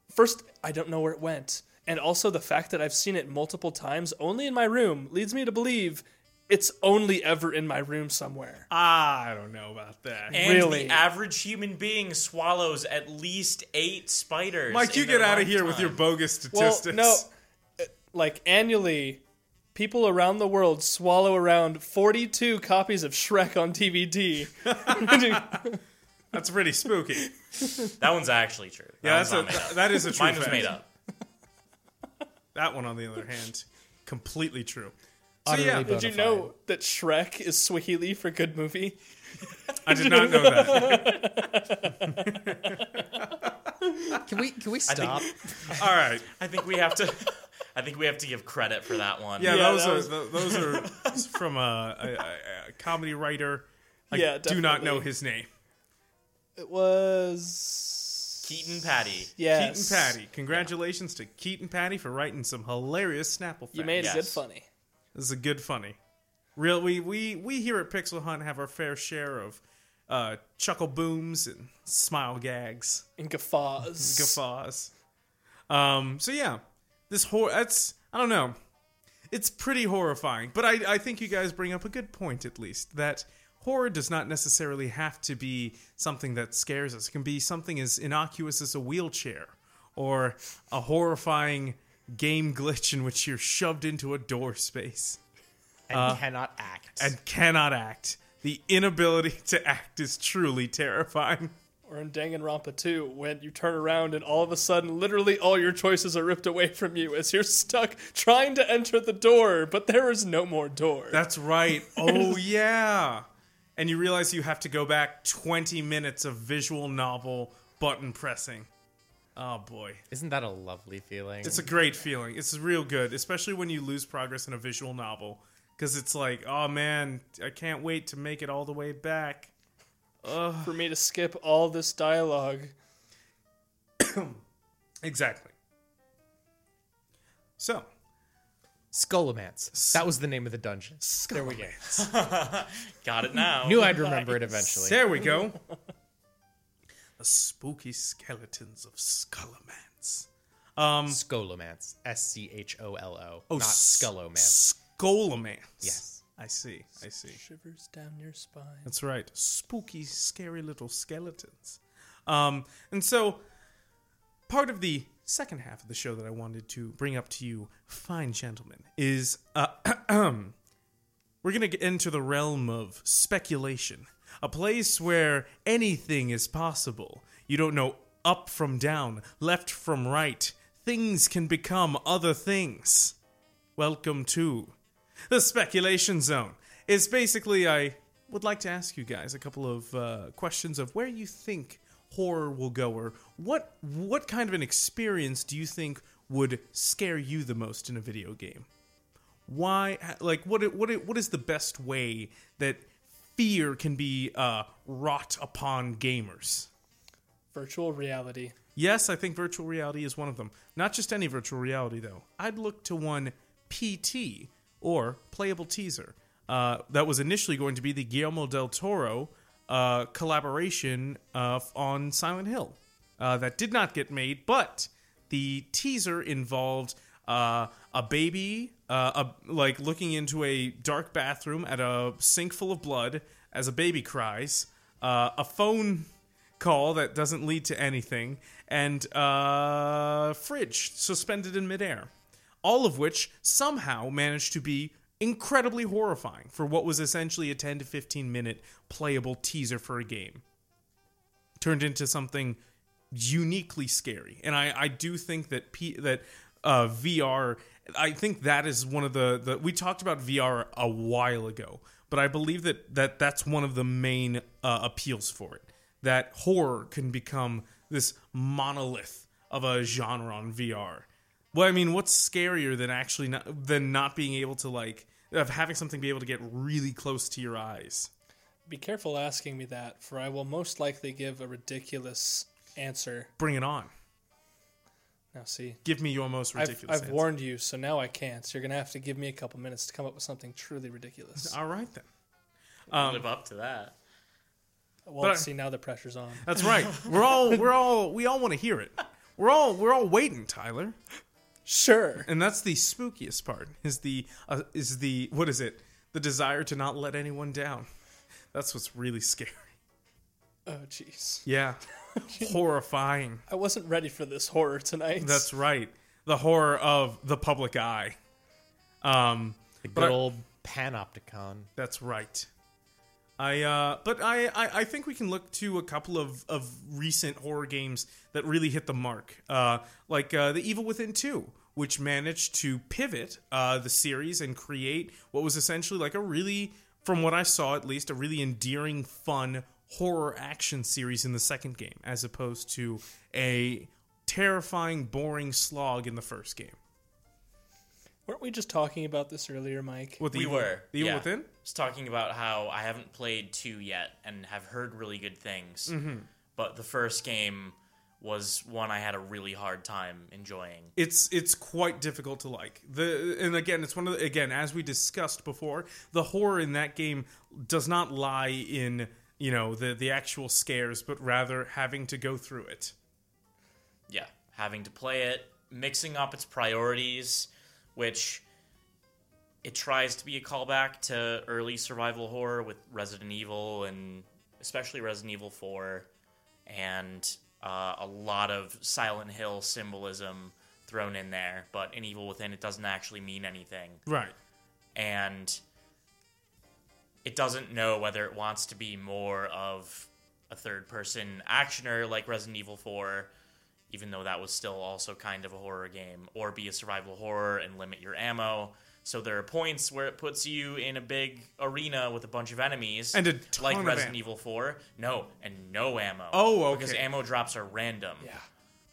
first, I don't know where it went, and also the fact that I've seen it multiple times only in my room leads me to believe it's only ever in my room somewhere.
Ah. I don't know about that.
And
Really?
the average human being swallows at least eight spiders.
Mike, you
in their
get out of here with your
lifetime.
bogus
Well,
statistics.
no, uh, like annually, people around the world swallow around 42 copies of Shrek on DVD.
That's pretty spooky.
That one's actually true. That
Yeah,
one's
that's
not made
a,
up.
that is a true
Mine was
fact.
made up.
That one, on the other hand, completely true. So
Utterly
yeah,
bo-
Did you
Bonafide.
know that Shrek is Swahili for good movie?
I did not know that.
Can we can we stop?
All right,
I think we have to. I think we have to give credit for that one.
yeah,
Yeah,
those
that
are
was-
tho- those are from a, a, a- a comedy writer. I
Yeah,
do not
definitely.
know his name.
It was
Keaton Patty.
Yes.
Keaton Patty. Congratulations to Keaton Patty for writing some hilarious Snapple.
You
facts.
made it
Yes.
good funny.
This is a good funny. Real we we we here at Pixel Hunt have our fair share of uh, chuckle booms and smile gags,
And guffaws.
guffaws. Um, so yeah, this hor that's I don't know. It's pretty horrifying, but I I think you guys bring up a good point at least that horror does not necessarily have to be something that scares us. It can be something as innocuous as a wheelchair or a horrifying game glitch in which you're shoved into a door space
and cannot act.
Uh, and cannot act. The inability to act is truly terrifying.
Or in Danganronpa 2, when you turn around and all of a sudden, literally all your choices are ripped away from you as you're stuck trying to enter the door, but there is no more door.
That's right. Oh, yeah. And you realize you have to go back 20 minutes of visual novel button pressing. Oh, boy.
Isn't that a lovely feeling?
It's a great feeling. It's real good, especially when you lose progress in a visual novel. Because it's like, oh, man, I can't wait to make it all the way back.
for me to skip all this dialogue.
Exactly. So,
Skullomance. That was the name of the dungeon.
there we go.
Got it now.
Knew I'd remember it eventually.
There we go. the spooky skeletons of Skullomance.
Scolomance. S C H O L O.
Oh,
not
s-
Skullomance.
Skolomance.
Yes.
I see. I see.
Shivers down your spine.
That's right. Spooky, scary little skeletons. Um, and so, part of the second half of the show that I wanted to bring up to you, fine gentlemen, is uh, we're going to get into the realm of speculation, a place where anything is possible. You don't know up from down, left from right. Things can become other things. Welcome to the Speculation Zone. It's basically, I would like to ask you guys a couple of uh, questions of where you think horror will go, or what what kind of an experience do you think would scare you the most in a video game? Why, like, what it- what it- what is the best way that fear can be uh, wrought upon gamers?
Virtual reality.
Yes, I think virtual reality is one of them. Not just any virtual reality, though. I'd look to one PT, or Playable Teaser, uh, that was initially going to be the Guillermo del Toro uh, collaboration uh, on Silent Hill. Uh, that did not get made, but the teaser involved uh, a baby uh, a, like looking into a dark bathroom at a sink full of blood as a baby cries, uh, a phone call that doesn't lead to anything, and uh, fridge suspended in midair. All of which somehow managed to be incredibly horrifying for what was essentially a 10 to 15 minute playable teaser for a game. Turned into something uniquely scary. And I, I do think that P, that uh, VR, I think that is one of the, the we talked about VR a while ago, but I believe that, that that's one of the main uh, appeals for it. That horror can become this monolith of a genre on VR. Well, I mean, what's scarier than actually not, than not being able to like of having something be able to get really close to your eyes?
Be careful asking me that, for I will most likely give a ridiculous answer.
Bring it on.
Now, see,
Give me your most
I've,
ridiculous.
I've
answer.
warned you, so now I can't. So you're going to have to give me a couple minutes to come up with something truly ridiculous.
All right then.
Live up to that.
Well,
but I-
see, now the pressure's on.
That's right. We're all we're all we all want to hear it. We're all we're all waiting, Tyler.
Sure.
And that's the spookiest part. Is the uh, is the what is it? The desire to not let anyone down. That's what's really scary.
Oh, jeez.
Yeah. Horrifying.
I wasn't ready for this horror tonight.
That's right. The horror of the public eye. Um
The
But I-
good old panopticon.
That's right. I uh, but I, I I think we can look to a couple of of recent horror games that really hit the mark, uh, like uh, The Evil Within Two, which managed to pivot uh, the series and create what was essentially like a really, from what I saw at least, a really endearing, fun horror action series in the second game, as opposed to a terrifying, boring slog in the first game.
Weren't we just talking about this earlier, Mike?
What the
we
Evil-
were.
The Evil
yeah.
Within.
Just talking about how I haven't played two yet and have heard really good things,
Mm-hmm.
but the first game was one I had a really hard time enjoying.
it's it's quite difficult to like the and again it's one of the, again as we discussed before the horror in that game does not lie in you know the the actual scares but rather having to go through it
yeah, having to play it, mixing up its priorities, which it tries to be a callback to early survival horror with Resident Evil and especially Resident Evil 4 and uh, a lot of Silent Hill symbolism thrown in there, but in Evil Within it doesn't actually mean anything
right
and it doesn't know whether it wants to be more of a third person actioner like Resident Evil 4, even though that was still also kind of a horror game, or be a survival horror and limit your ammo. So there are points where it puts you in a big arena with a bunch of enemies,
And a ton
like
of
Resident
ammo.
Evil 4. No, and no ammo.
Oh,
Because
okay.
ammo drops are random. Yeah.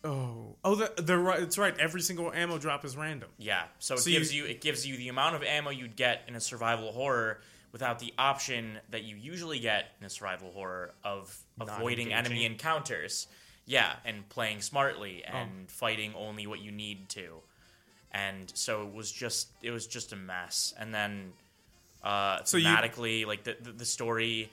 oh oh the, the right it's right every single ammo drop is random
Yeah, so it
So
gives
you-
you, it gives you the amount of ammo you'd get in a survival horror without the option that you usually get in a survival horror of avoiding enemy
engaging.
encounters. Yeah, and playing smartly
Oh.
and fighting only what you need to. And so it was just it was just a mess. And then uh
you-
thematically like the the, the story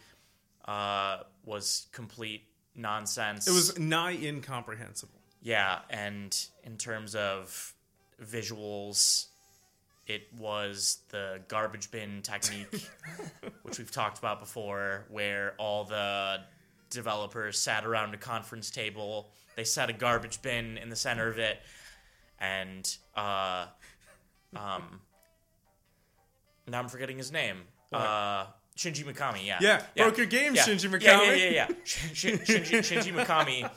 uh was complete nonsense.
It was nigh incomprehensible.
yeah, and in terms of visuals, it was the garbage bin technique, which we've talked about before, where all the developers sat around a conference table. They set a garbage bin in the center of it, and uh, um, now I'm forgetting his name. Uh, Shinji Mikami, yeah.
Yeah, broke your game, Shinji
Yeah, yeah,
Mikami.
yeah, yeah. Shin, Shin, Shinji, Shinji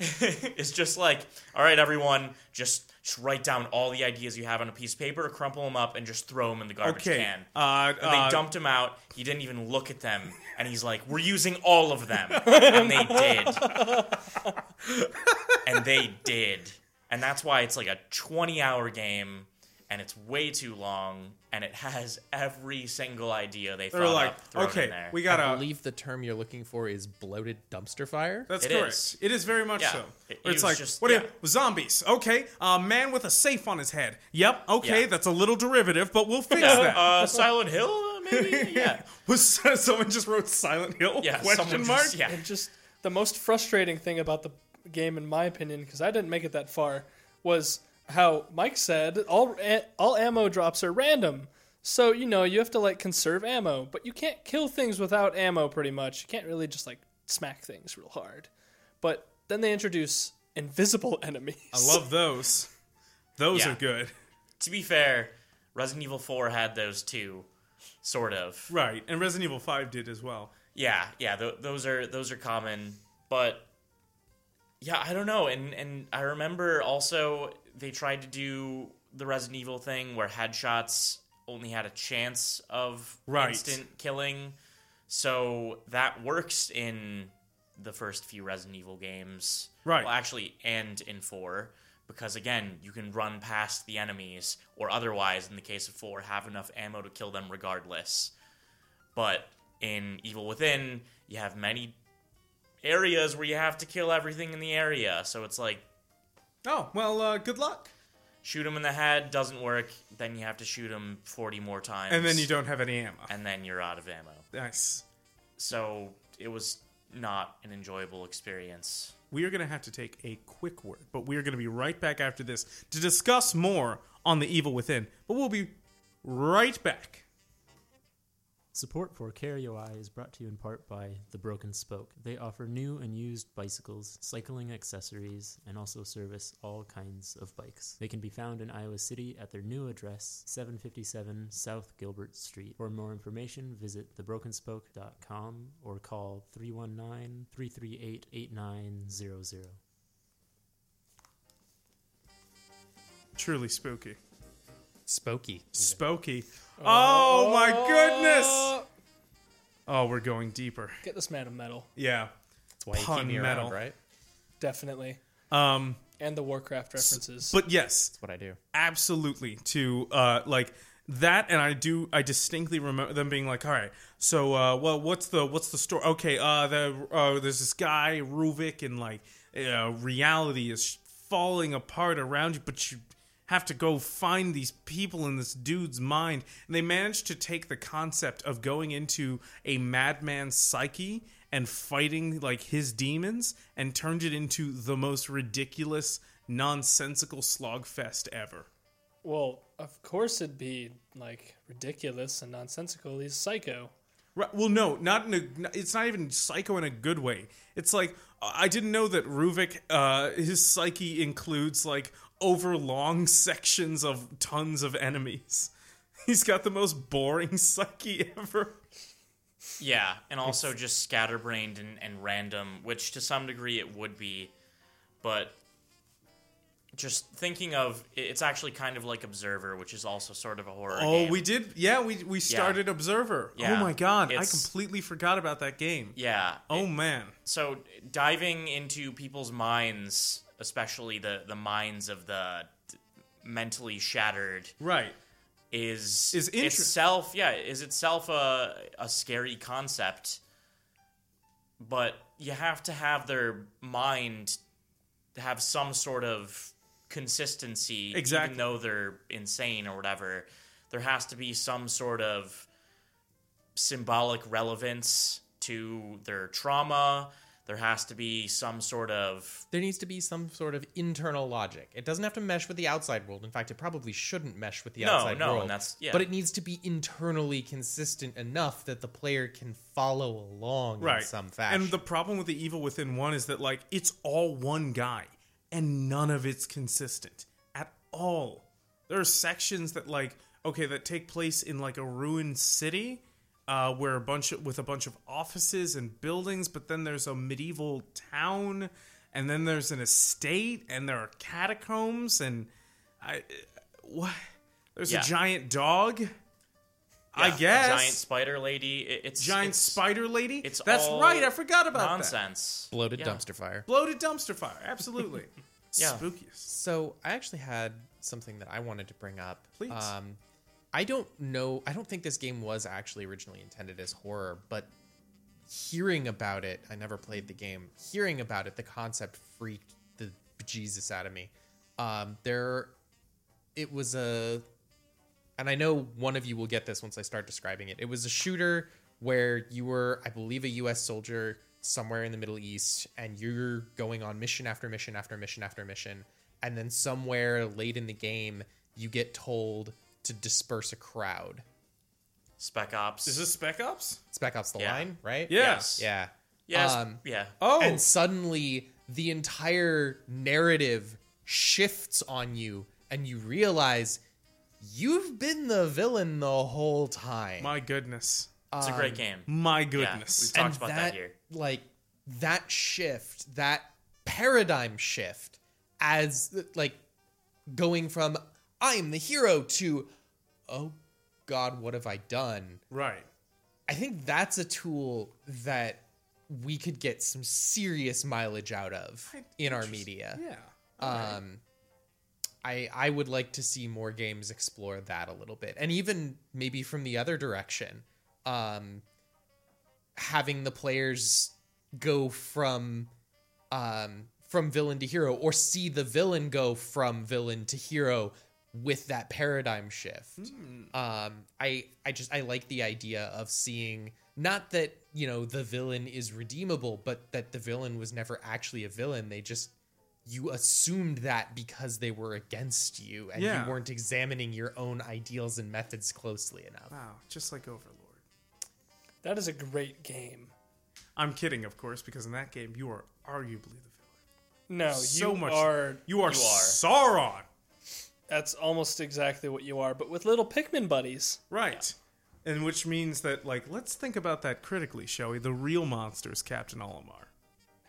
Mikami is just like, all right, everyone, just, just write down all the ideas you have on a piece of paper, crumple them up, and just throw them in the garbage
Okay.
can.
Uh,
And they
uh,
dumped him out. He didn't even look at them, and he's like, "We're using all of them," and they did, and they did, and that's why it's like a twenty-hour game, and it's way too long, and it has every single idea they
They're
thought
like,
up thrown in
okay,
there.
we
I
gotta.
believe the term you're looking for is bloated dumpster fire.
That's
It
correct.
is.
It is very much
Yeah.
so.
It- it
Where it's
was
like,
just-
what
yeah.
do you- zombies? Okay, a man with a safe on his head. Yep. Okay,
Yeah.
that's a little derivative, but we'll fix
Yeah,
that.
uh, Silent Hill, uh, maybe. Yeah,
Was someone just wrote Silent Hill?
yeah.
question
someone
mark.
Just, yeah,
And just the most frustrating thing about the game, in my opinion, because I didn't make it that far, was how Mike said all a- all ammo drops are random. So you know you have to like conserve ammo, but you can't kill things without ammo. Pretty much, you can't really just like smack things real hard. But then they introduce invisible enemies.
I love those. Those
Yeah.
are good.
To be fair, Resident Evil Four had those too, sort of.
Right, and Resident Evil Five did as well.
yeah yeah th- those are those are common but yeah i don't know and and i remember also they tried to do the resident evil thing where headshots only had a chance of
Right.
instant killing so that works in the first few resident evil games
Right.
well actually and in four because again you can run past the enemies or otherwise in the case of four have enough ammo to kill them regardless but in Evil Within, you have many areas where you have to kill everything in the area. So it's like
Oh well, uh, good luck.
shoot him in the head doesn't work. Then you have to shoot him forty more times,
And then you don't have any ammo.
and then you're out of ammo.
Nice.
So it was not an enjoyable experience.
We are going to have to take a quick word, but we are going to be right back after this to discuss more on the evil within. But we'll be right back.
Support for KRUI is brought to you in part by The Broken Spoke. They offer new and used bicycles, cycling accessories, and also service all kinds of bikes. They can be found in Iowa City at their new address, 757 South Gilbert Street. For more information, visit thebrokenspoke.com or call 319 338 8900.
Truly spooky.
Spooky.
Spooky. Oh my goodness. Oh, we're going deeper.
Get this man a medal,
Yeah.
That's why you
Pun
keep me
metal.
around, right?
definitely,
Um
and the Warcraft references.
but yes,
That's what I do.
absolutely to uh like that and i do i distinctly remember them being like all right so uh well what's the what's the story okay uh the uh there's this guy ruvik and like uh, reality is falling apart around you but you have to go find these people in this dude's mind and they managed to take the concept of going into a madman's psyche and fighting like his demons and turned it into the most ridiculous nonsensical slogfest ever
Well, of course it'd be like ridiculous and nonsensical. He's psycho.
Right. Well, no, not in a. It's not even psycho in a good way. It's like I didn't know that Ruvik, uh, his psyche includes like overlong sections of tons of enemies. He's got the most boring psyche ever.
Yeah, and also just scatterbrained and, and random, which to some degree it would be, but just thinking of it- it's actually kind of like Observer, which is also sort of a horror.
Oh,
game.
we did. Yeah, we we started Observer.
Yeah.
Oh my god, I
It's-
completely forgot about that game.
yeah.
Oh man.
so diving into people's minds, especially the the minds of the d- mentally shattered,
Right.
is
Is inter-
itself yeah is itself a a scary concept, but you have to have their mind have some sort of consistency,
Exactly.
even though they're insane or whatever. There has to be some sort of symbolic relevance to their trauma. There has to be some sort of
there needs to be some sort of internal logic. It doesn't have to mesh with the outside world. In fact, it probably shouldn't mesh with the
No,
outside
no, and
world.
that's- yeah.
But it needs to be internally consistent enough that the player can follow along
right
in some fashion.
and the problem with the evil within one is that like it's all one guy and none of it's consistent at all there are sections that like okay that take place in like a ruined city uh, where a bunch of, with a bunch of offices and buildings but then there's a medieval town and then there's an estate and there are catacombs and i what there's
Yeah.
a giant dog i
yeah, a
guess
giant spider lady. It, it's
giant
it's
spider lady.
it's
that's
all
right. I forgot about that.
nonsense.
bloated
Yeah.
dumpster fire.
Bloated dumpster fire. Absolutely.
Yeah.
Spookiest.
So I actually had something that I wanted to bring up.
Please.
Um, I don't know. I don't think this game was actually originally intended as horror, but hearing about it, I never played the game. Hearing about it, the concept freaked the bejesus out of me. Um, there, it was a, and I know one of you will get this once I start describing it. It was a shooter where you were, I believe, a U.S. soldier somewhere in the Middle East, and you're going on mission after mission after mission after mission, and then somewhere late in the game, you get told to disperse a crowd.
Spec Ops.
Is this Spec Ops?
Spec Ops: The
Yeah.
Line, right?
Yes.
Yeah.
yes,
um,
yeah.
Oh.
and suddenly the entire narrative shifts on you and you realize you've been the villain the whole time
my goodness.
It's a great game.
My
Yeah,
goodness.
we've talked about that, here.
like that shift that paradigm shift as like going from i am the hero to oh god what have i done
Right.
I think that's a tool that we could get some serious mileage out of in our media.
Yeah.
Um, I I would like to see more games explore that a little bit, and even maybe from the other direction, um, having the players go from um, from villain to hero, or see the villain go from villain to hero with that paradigm shift. Um, I I just I like the idea of seeing not that you know the villain is redeemable, but that the villain was never actually a villain. They just you assumed that because they were against you and
Yeah.
you weren't examining your own ideals and methods closely enough.
Wow. Just like Overlord.
That is a great game.
I'm kidding, of course, because in that game you are arguably the villain.
No,
So
you
much.
are.
You are,
You are.
Sauron.
That's almost exactly what you are, but with little Pikmin buddies.
Right. And which means that, like, let's think about that critically, shall we? The real monster is Captain Olimar.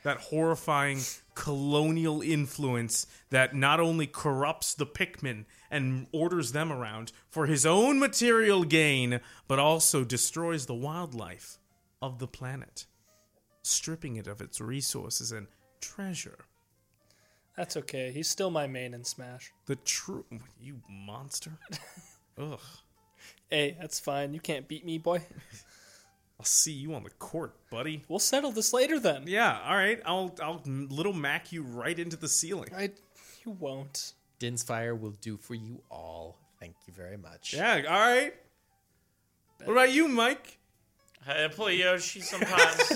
That horrifying colonial influence that not only corrupts the Pikmin and orders them around for his own material gain, but also destroys the wildlife of the planet, stripping it of its resources and treasure.
That's okay. He's still my main in Smash.
The true. You monster. Ugh.
Hey, that's fine. You can't beat me, boy.
I'll see you on the court, buddy.
We'll settle this later then.
Yeah, all right. I'll I'll little Mac you right into the ceiling.
I. You won't.
Dinsfire will do for you all. Thank you very much.
Yeah, all right. What about you, Mike?
I play Yoshi sometimes.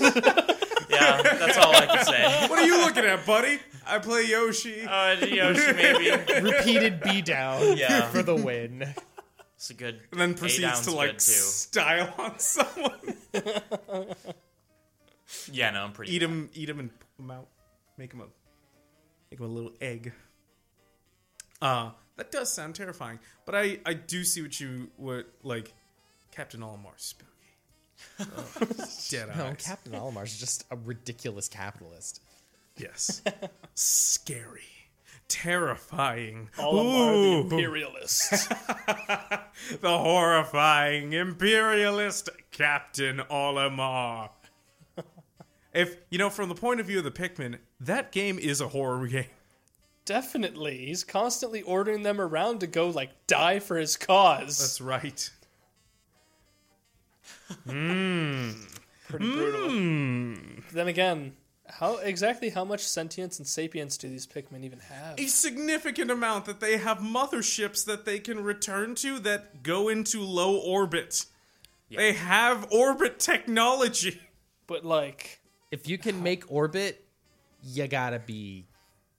yeah, that's all I can say.
What are you looking at, buddy? I play Yoshi.
Uh, Yoshi maybe.
Repeated be down
Yeah.
for the win.
It's a good.
and then
A-down's
proceeds to
good,
like
too.
style on someone.
Yeah, no, I'm pretty.
eat him, eat him, and pull him out. Make him a make him a little egg. Uh, that does sound terrifying, but I I do see what you what like Captain Olimar spooky. Oh, dead
No,
eyes.
Captain Olimar's just a ridiculous capitalist.
Yes. Scary. Terrifying.
Olimar
Ooh,
the Imperialist.
the horrifying imperialist Captain Olimar. if you know, from the point of view of the Pikmin, that game is a horror game.
Definitely. He's constantly ordering them around to go, like, die for his cause.
That's right.
pretty brutal.
Hmm.
Then again, how exactly how much sentience and sapience do these Pikmin even have?
A significant amount that they have motherships that they can return to that go into low orbit. They have orbit technology.
But like,
If you can make orbit, you gotta be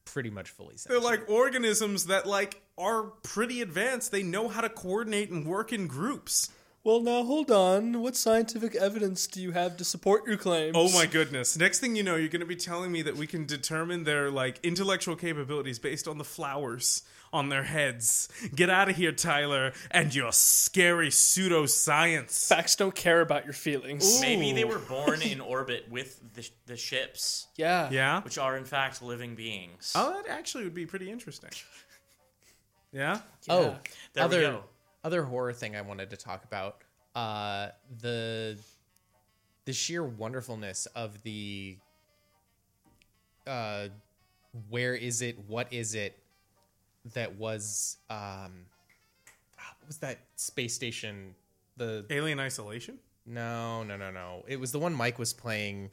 pretty much fully
They're
sentient.
like organisms that like are pretty advanced. They know how to coordinate and work in groups.
Well, now hold on. What scientific evidence do you have to support your claims?
Oh my goodness. Next thing you know, you're going to be telling me that we can determine their like intellectual capabilities based on the flowers on their heads. Get out of here, Tyler, and your scary pseudoscience.
Facts don't care about your feelings.
Maybe they were born in orbit with the, sh- the ships,
Yeah.
Yeah?
which are in fact living beings.
Oh, that actually would be pretty interesting. Yeah?
oh,
There we
other
go.
other horror thing I wanted to talk about. Uh, the the sheer wonderfulness of the uh, where is it? What is it? That was um, ah, what was that space station? The
Alien isolation?
No, no, no, no. It was the one Mike was playing.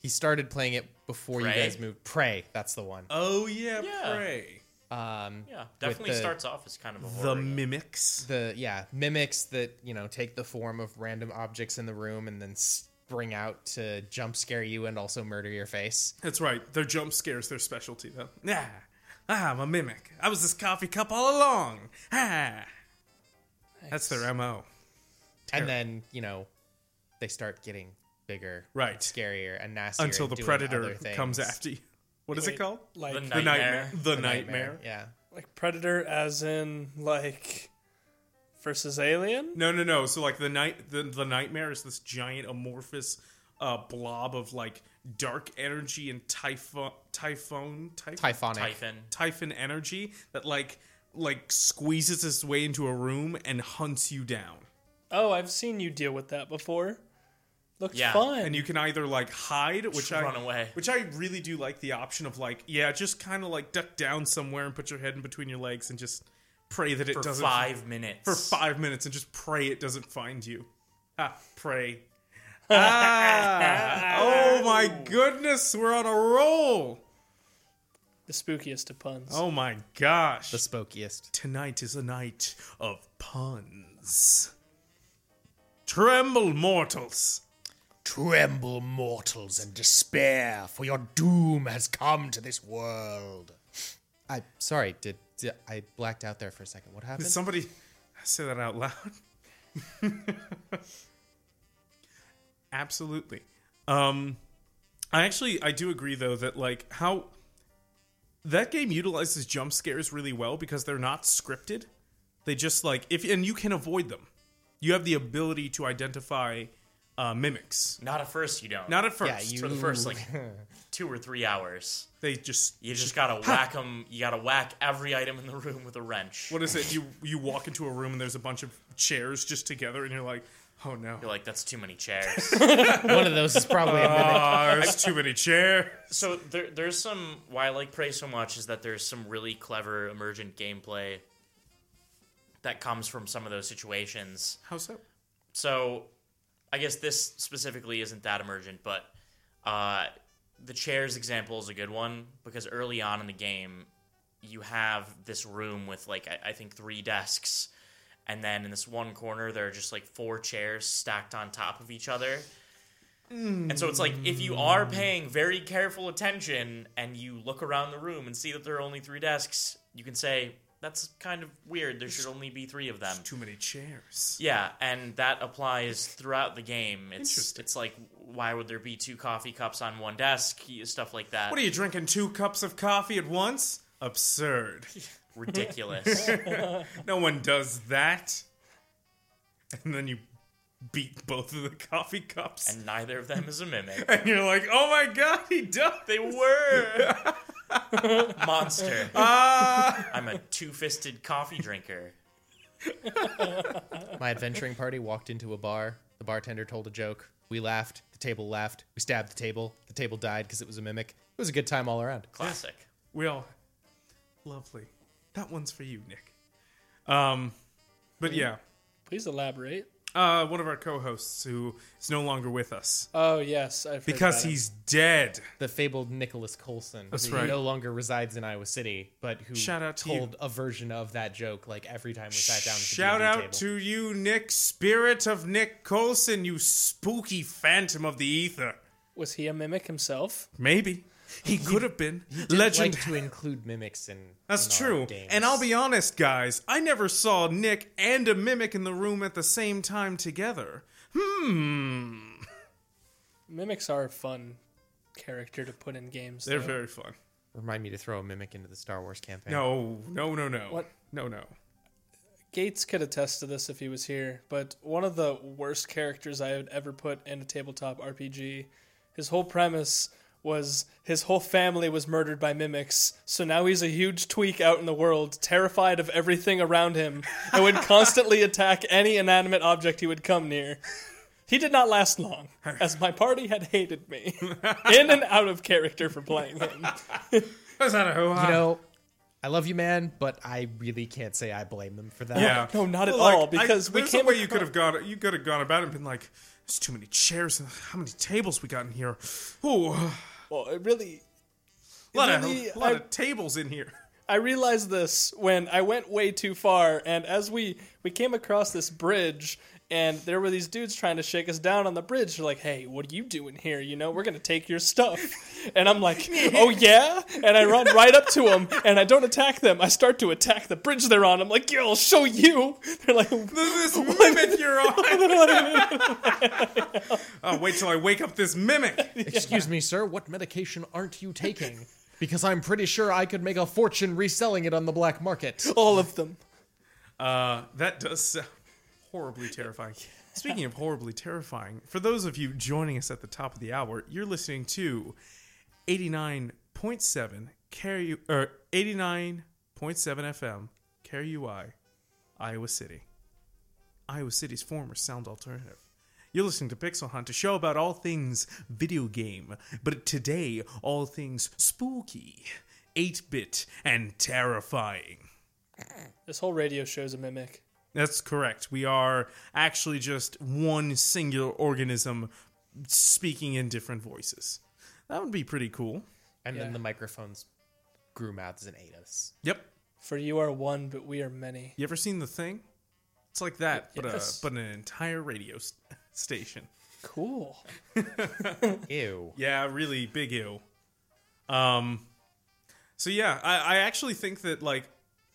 He started playing it before you
Prey?
guys moved. Prey, that's the one.
Oh yeah,
Yeah.
prey.
Uh,
Um,
Yeah, definitely
the-
starts off as kind of a
The
horror. game.
mimics.
the yeah mimics that you know take the form of random objects in the room and then spring out to jump scare you and also murder your face.
That's right. Their jump scares their specialty though. Yeah. Ah, I'm a mimic. I was this coffee cup all along. Ah. That's their MO.
And then you know they start getting bigger,
Right.
scarier, and nastier
Until
and
the
doing
predator
other things.
comes after you. What is
Wait,
it called?
Like,
The
The
Nightmare.
The,
The
nightmare.
Yeah,
like predator, as in like versus alien.
No, no, no. So like the night the, the nightmare is this giant amorphous uh, blob of like dark energy and typho- typhoon typhoon
typhonic.
Typhon.
typhon energy that like like squeezes its way into a room and hunts you down.
Oh, I've seen you deal with that before. Looked
Yeah,
fun.
And you can either like hide, which I
run away.
which I really do like the option of like yeah, just kind of like duck down somewhere and put your head in between your legs and just pray that it
For
doesn't
five minutes.
for five minutes and just pray it doesn't find you. Ah, pray. ah, oh my goodness, we're on a roll.
the spookiest of puns.
Oh my gosh.
The spookiest.
Tonight is a night of puns. Tremble, mortals.
Tremble, mortals, and despair, for your doom has come to this world. I sorry, did, did I blacked out there for a second? What
Did
happened?
somebody say that out loud? Absolutely. Um, I actually I do agree though that like how that game utilizes jump scares really well because they're not scripted. They just like if and you can avoid them. You have the ability to identify uh, mimics.
Not at first, you don't.
Not at first.
you-
for the first like two or three hours.
They just
You just gotta whack them. You gotta whack every item in the room with a wrench.
what is it? You you walk into a room and there's a bunch of chairs just together and you're like, oh no,
You're like, that's too many chairs.
One of those is probably a mimic.
Ah, there's too many chairs.
so there, there's some. Why I like Prey so much is that there's some really clever emergent gameplay that comes from some of those situations.
How so?
so I guess this specifically isn't that emergent, but uh, the chairs example is a good one because early on in the game, you have this room with like I, I think three desks, and then in this one corner there are just like four chairs stacked on top of each other. And so it's like if you are paying very careful attention and you look around the room and see that there are only three desks, you can say that's kind of weird. There should only be three of them.
Too many chairs.
Yeah, and that applies throughout the game. It's
Interesting.
it's like why would there be two coffee cups on one desk? y- Stuff like that.
What are you drinking? Two cups of coffee at once? Absurd.
Ridiculous.
No one does that. And then you beat both of the coffee cups. And,
and neither of them is a mimic.
you're like, oh my god, he does.
They were monster.
Ah!
I'm a two-fisted coffee drinker.
My adventuring party walked into a bar. The bartender told a joke. We laughed. The table laughed. We stabbed the table. The table died because it was a mimic. It was a good time all around.
Classic.
we all. Lovely. That one's for you, Nick. Um, but yeah.
Please elaborate.
Uh, one of our co-hosts who is no longer with us
Oh yes, I've heard
because
about it.
he's dead.
The fabled Nicholas Colson,
That's
who
right.
no longer resides in Iowa City, but who
Shout out to you.
told a version of that joke like every time we sat down. At the
Shout
D&D
out
table.
to you, Nick, spirit of Nick Colson, you spooky phantom of the ether.
Was he a mimic himself?
Maybe. He could have been.
Didn't
Legend.
like to include mimics in
That's
in our
true.
games.
And I'll be honest, guys, I never saw Nick and a mimic in the room at the same time together. Hmm.
Mimics are a fun character to put in games.
They're
though.
very fun.
remind me to throw a mimic into the Star Wars campaign.
No, no, no, no.
What?
No, no.
Gates could attest to this if he was here, but one of the worst characters I had ever put in a tabletop RPG. His whole premise was his whole family was murdered by mimics, so now he's a huge tweak out in the world, terrified of everything around him, and would constantly attack any inanimate object he would come near. He did not last long, as my party had hated me, in and out of character for playing him.
That's not a ho
You know, I love you, man, but I really can't say I blame them for that.
Yeah.
No, not at
Well, like,
all, because
I,
we
there's
came
a way you
across-
could have gone. You could have gone about it and been like, "There's too many chairs. and How many tables we got in here? Ooh, a
Well, it really. it
lot,
really-
of, lot
I-
of tables in here."
I realized this when I went way too far, and as we we came across this bridge, and there were these dudes trying to shake us down on the bridge. They're like, "Hey, what are you doing here? You know, we're gonna take your stuff." And I'm like, "Oh yeah!" And I run right up to them, and I don't attack them. I start to attack the bridge they're on. I'm like, "Yeah, I'll show you." They're like,
This mimic you're on. oh, wait till I wake up this mimic.
Excuse me, sir, what medication aren't you taking? Because I'm pretty sure I could make a fortune reselling it on the black market.
"All of them."
Uh, that does sound horribly terrifying. Speaking of horribly terrifying, for those of you joining us at the top of the hour, you're listening to 89.7 Carry or 89.7 FM Carry UI, Iowa City. Iowa City's former sound alternative. You're listening to Pixel Hunt, a show about all things video game, but today all things spooky, 8-bit and terrifying.
This whole radio show's a mimic.
That's correct. We are actually just one singular organism speaking in different voices. That would be pretty cool.
And
Yeah.
then the microphones grew mouths and ate us.
Yep.
For you are one, but we are many.
You ever seen the thing? It's like that, but a,
Yes.
but an entire radio s- station.
Cool.
Ew.
Yeah, really big ew. Um, so yeah, I, I actually think that like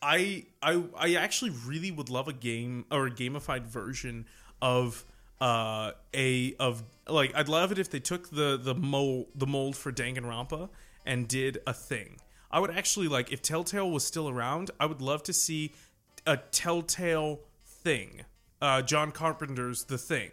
I I I actually really would love a game or a gamified version of uh a of like I'd love it if they took the the mold the mold for Danganronpa and did a thing. I would actually like if Telltale was still around, I would love to see a Telltale thing. Uh, John Carpenter's The Thing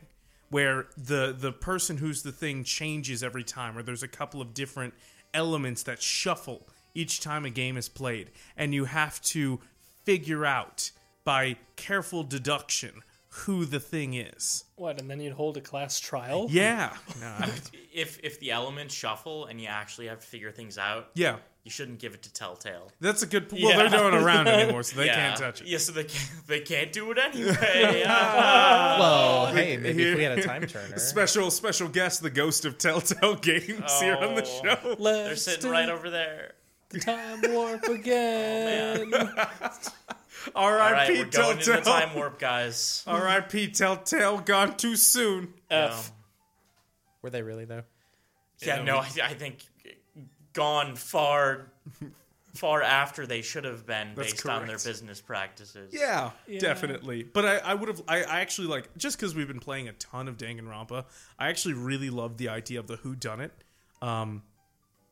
where the the person who's the thing changes every time or there's a couple of different elements that shuffle each time a game is played and you have to figure out by careful deduction who the thing is
What? And then you'd hold a class trial.
yeah Nah.
If if the elements shuffle and you actually have to figure things out,
yeah
you shouldn't give it to Telltale.
that's a good well they're not around anymore so they
Yeah.
can't touch it
Yeah, so they can't, they can't do it anyway.
Well, hey, maybe if Uh, we had a time turner.
special special guest the ghost of telltale games here on the
Oh.
show
Let's
They're sitting
do
right over Oh, there.
the time warp again.
All right, we're
r.i.p
going into the time
telltale
warp, guys.
r.i.p telltale gone too soon
F.
Were they really, though?
Yeah, no, I, I think gone far, far after they should have been
That's
based on their
correct.
business practices.
Yeah, definitely. But I, I would have. I, I actually like just because we've been playing a ton of Danganronpa. I actually really love the idea of the Who Done It. Um,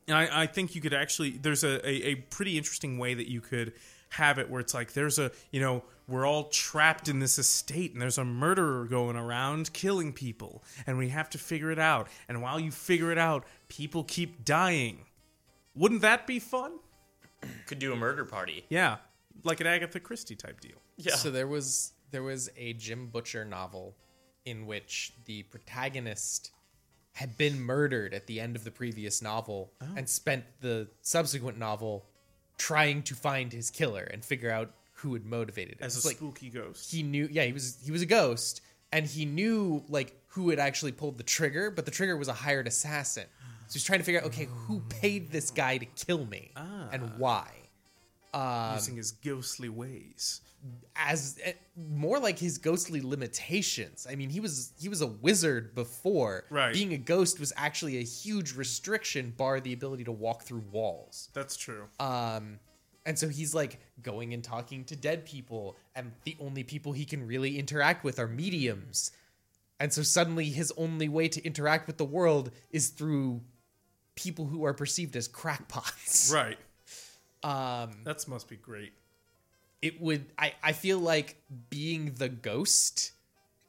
and I, I think you could actually there's a, a, a pretty interesting way that you could have it where it's like there's a you know we're all trapped in this estate and there's a murderer going around killing people and we have to figure it out and while you figure it out people keep dying wouldn't that be fun
Could do a murder party.
yeah like an agatha christie type deal
Yeah.
So there was there was a Jim Butcher novel in which the protagonist had been murdered at the end of the previous novel and spent the subsequent novel trying to find his killer and figure out who had motivated it.
as
It's
a
like
spooky ghost
he knew yeah, he was he was a ghost and he knew like who had actually pulled the trigger, but the trigger was a hired assassin. So he's trying to figure out okay, who paid this guy to kill me and why? Um,
using his ghostly ways.
as eh, more like his ghostly limitations. I mean, he was he was a wizard before.
Right.
Being a ghost was actually a huge restriction, bar the ability to walk through walls.
That's true.
Um, and so he's like going and talking to dead people, and the only people he can really interact with are mediums. And so suddenly his only way to interact with the world is through people who are perceived as crackpots.
right.
Um,
That's must be great.
it would I, I feel like being the ghost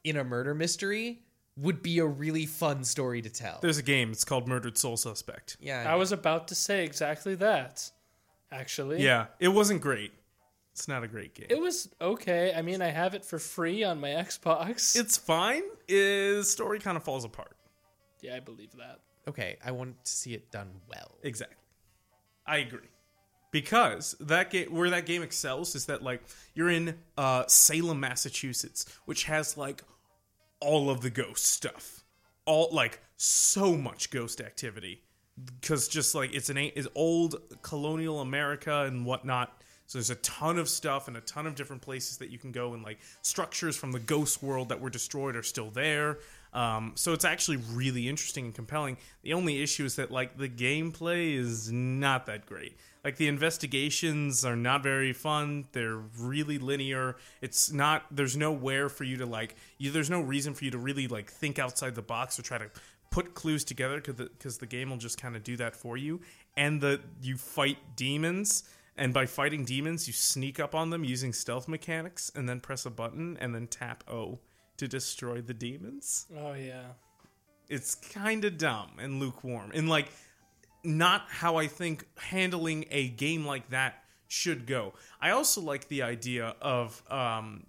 in a murder mystery would be a really fun story to tell.
There's a game. It's called Murdered Soul Suspect.
yeah.
I was about to say exactly that. Actually,
Yeah, it wasn't great. It's not a great game.
it was okay. I mean, I have it for free on my Xbox.
it's fine. Is story kind of falls apart.
yeah, I believe that.
okay, I want to see it done well.
Exactly. I agree. Because that game, where that game excels is that like you're in uh, Salem, Massachusetts, which has like all of the ghost stuff, all like so much ghost activity, because just like it's an a- it's old colonial America and whatnot. So there's a ton of stuff and a ton of different places that you can go and like structures from the ghost world that were destroyed are still there. Um, so it's actually really interesting and compelling. The only issue is that like the gameplay is not that great. Like the investigations are not very fun. They're really linear. It's not there's nowhere for you to like you, there's no reason for you to really like think outside the box or try to put clues together cuz the, 'cause the game will just kind of do that for you. And the you fight demons and by fighting demons you sneak up on them using stealth mechanics and then press a button and then tap O to destroy the demons
Oh yeah,
it's kind of dumb and lukewarm and like not how I think handling a game like that should go. I also like the idea of um,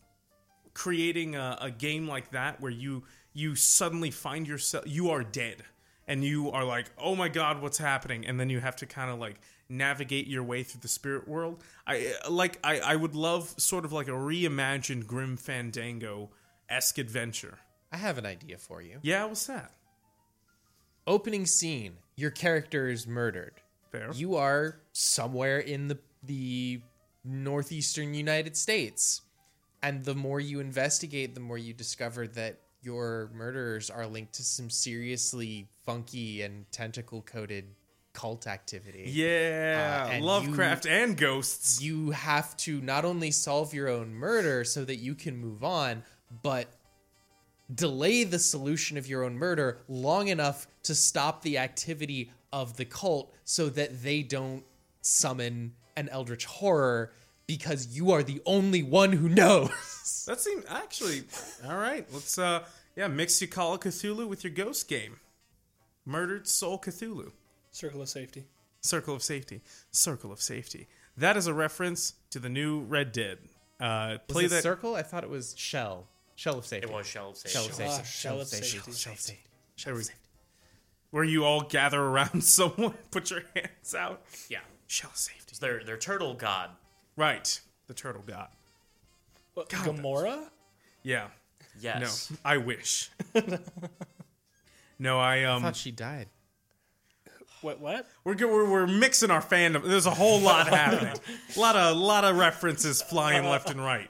creating a, a game like that where you you suddenly find yourself you are dead and you are like oh my god what's happening and then you have to kind of like navigate your way through the spirit world i like I, I would love sort of like a reimagined grim fandango esque adventure
I have an idea for you.
yeah what's that
Opening scene, your character is murdered.
fair
You are somewhere in the the northeastern United States. And the more you investigate, the more you discover that your murderers are linked to some seriously funky and tentacle coated cult activity.
Yeah,
Uh, and
Lovecraft and ghosts.
you have to not only solve your own murder so that you can move on, but delay the solution of your own murder long enough to stop the activity of the cult so that they don't summon an eldritch horror because you are the only one who knows.
That seems actually all right. Let's uh, yeah, mix your Call of Cthulhu with your ghost game. Murdered Soul Cthulhu.
circle of safety.
Circle of Safety. Circle of Safety. That is a reference to the new Red Dead. Uh, play
Was it
that.
circle? I thought it was shell. Shell of safety.
It was Shell of
shell
Satan.
of safety.
Ah, Shell of Safety.
Shell of safety.
there we- Where you all gather around someone, put your hands out.
Yeah.
Shell of Safety.
They're, they're turtle god.
Right. The turtle god.
What,
God,
Gamora?
Yeah. No,
Yes.
I wish. no, I um.
I thought she died.
What? What?
We're, go- we're we're mixing our fandom. There's a whole lot happening. A lot of lot of references flying left and right.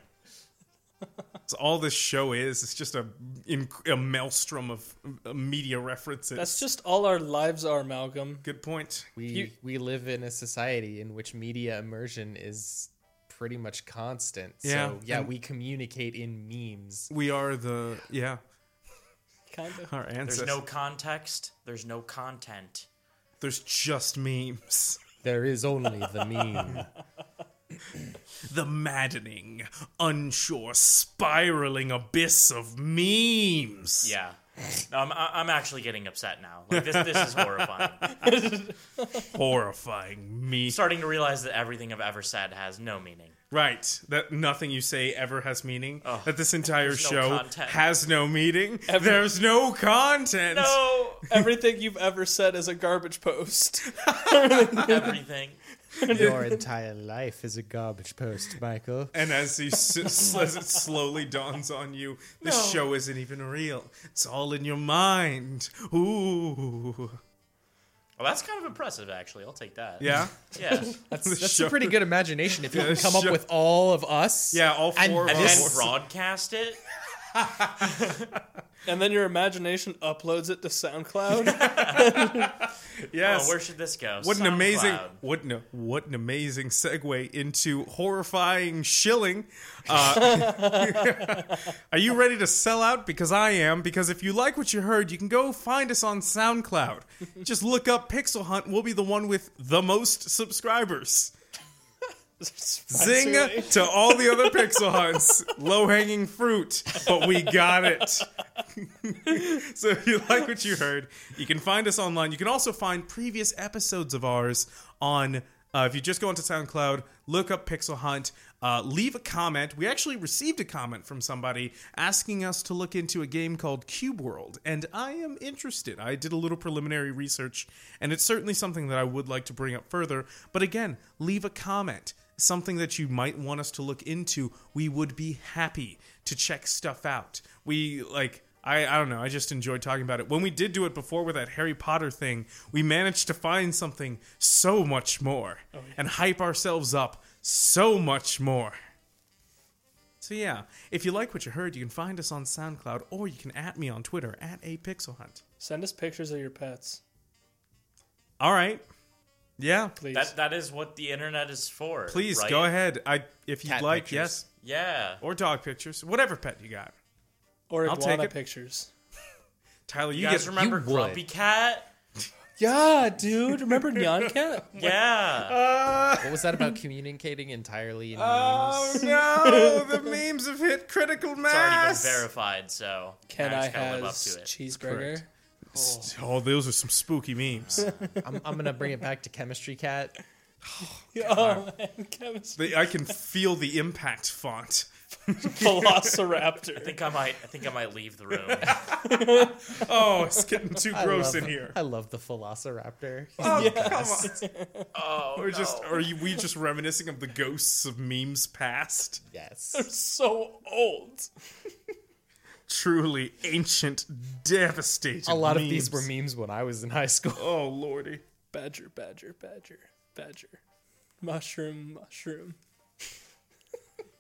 So all this show is it's just a inc- a maelstrom of uh, media references.
That's just all our lives are, Malcolm.
good point.
We we live in a society in which media immersion is pretty much constant.
Yeah,
so yeah,
and-
we communicate in memes.
We are the yeah
Kind of.
our ancestors.
There's
There's,
no context. There's no content.
just memes.
There is only the meme.
The maddening, unsure, spiraling abyss of memes.
Yeah. No, I'm, I- I'm actually getting upset now. Like this, this is horrifying.
horrifying me.
Starting to realize that everything I've ever said has no meaning.
Right. That nothing you say ever has meaning. that this entire
Oh, there's no
show
content.
has no meaning. There's no content.
No,
Everything you've ever said is a garbage post.
everything.
Your entire life is a garbage post, Michael.
And as, you s- s- as it slowly dawns on you, this show isn't even real. It's all in your mind. Ooh.
Well, that's kind of impressive, actually. I'll take that.
Yeah.
Yeah.
That's, that's
show-
a pretty good imagination if you
Yeah, the
come up
show-
with all of us.
Yeah, all
And
four of
and
us.
then broadcast it.
And then your imagination uploads it to SoundCloud.
yes.
Oh, where should this go?
What an amazing,
SoundCloud.
what an, what an amazing segue into horrifying shilling. Uh, are you ready to sell out? Because I am. Because if you like what you heard, you can go find us on SoundCloud. Just look up Pixel Hunt. We'll be the one with the most subscribers. Zing
Spicy.
to all the other Pixel Hunts. Low hanging fruit, but we got it. so if you like what you heard, you can find us online. You can also find previous episodes of ours on. Uh, if you just go onto SoundCloud, look up Pixel Hunt, uh, leave a comment. We actually received a comment from somebody asking us to look into a game called Cube World, and I am interested. I did a little preliminary research, and it's certainly something that I would like to bring up further. But again, leave a comment something that you might want us to look into, we would be happy to check stuff out. We like I, I don't know, I just enjoyed talking about it. When we did do it before with that Harry Potter thing, we managed to find something so much more and hype ourselves up so much more. So yeah, if you like what you heard, you can find us on SoundCloud or you can at me on Twitter at a pixel hunt.
Send us pictures of your pets,
All right. Yeah.
please.
That that is what the internet is for.
Please
right?
go ahead. I if you
Cat
like,
pictures.
yes.
Yeah.
Or dog pictures, whatever pet you got.
or
I'll take
iguana
it.
pictures.
Tyler, you,
You, guys
get
remember
would.
Grumpy Cat?
Yeah, dude. Remember Nyan Cat?
Yeah.
What was that about communicating entirely in
Oh no, the memes have hit critical
it's already been
mass.
verified, so
Can
now
I
just gotta
have
live up to it.
cheeseburger?
Oh, those are some spooky memes.
memes? I'm, I'm gonna bring it back to chemistry cat.
Oh man, chemistry.
They- I can feel the impact font.
Velociraptor.
I think I might I think I might leave the room.
Oh, it's getting too
I
gross
love-
in here.
I love the Velociraptor.
Oh, come on.
oh,
We're just are you, we just reminiscing of the ghosts of memes past?
Yes.
so old.
Truly ancient, devastating.
A lot of these were memes when I was in high school.
Oh lordy.
Badger, badger, badger, badger. Mushroom, mushroom.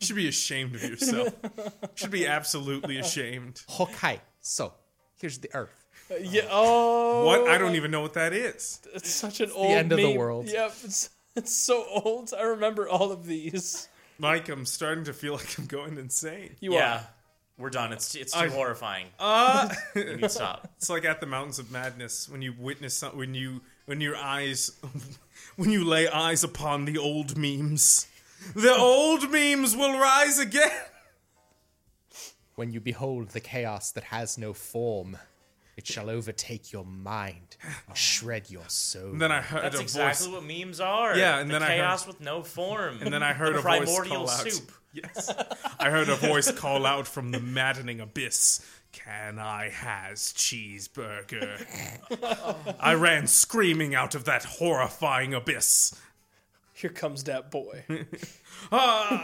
You should be ashamed of yourself. You should be absolutely ashamed.
Hokai. So here's the Earth.
Uh, yeah. Oh.
What? I don't even know what that is.
It's such an old.
end of the
meme.
world.
Yep. It's, it's so old. I remember all of these.
Mike, I'm starting to feel like I'm going insane.
You
yeah.
are.
We're done. It's it's too
I-
horrifying.
Uh
We need to stop.
It's like at the mountains of madness when you witness some, when you when your eyes when you lay eyes upon the old memes. The old memes will rise again.
When you behold the chaos that has no form, it shall overtake your mind, and shred your soul.
And then I heard
That's
a
exactly
voice.
what memes are.
Yeah, and
The
then I heard-
chaos with no form.
And then I heard a voice
primordial
call
soup.
out. Yes, I heard a voice call out from the maddening abyss. Can I has cheeseburger? I ran screaming out of that horrifying abyss.
Here comes that boy.
Ah!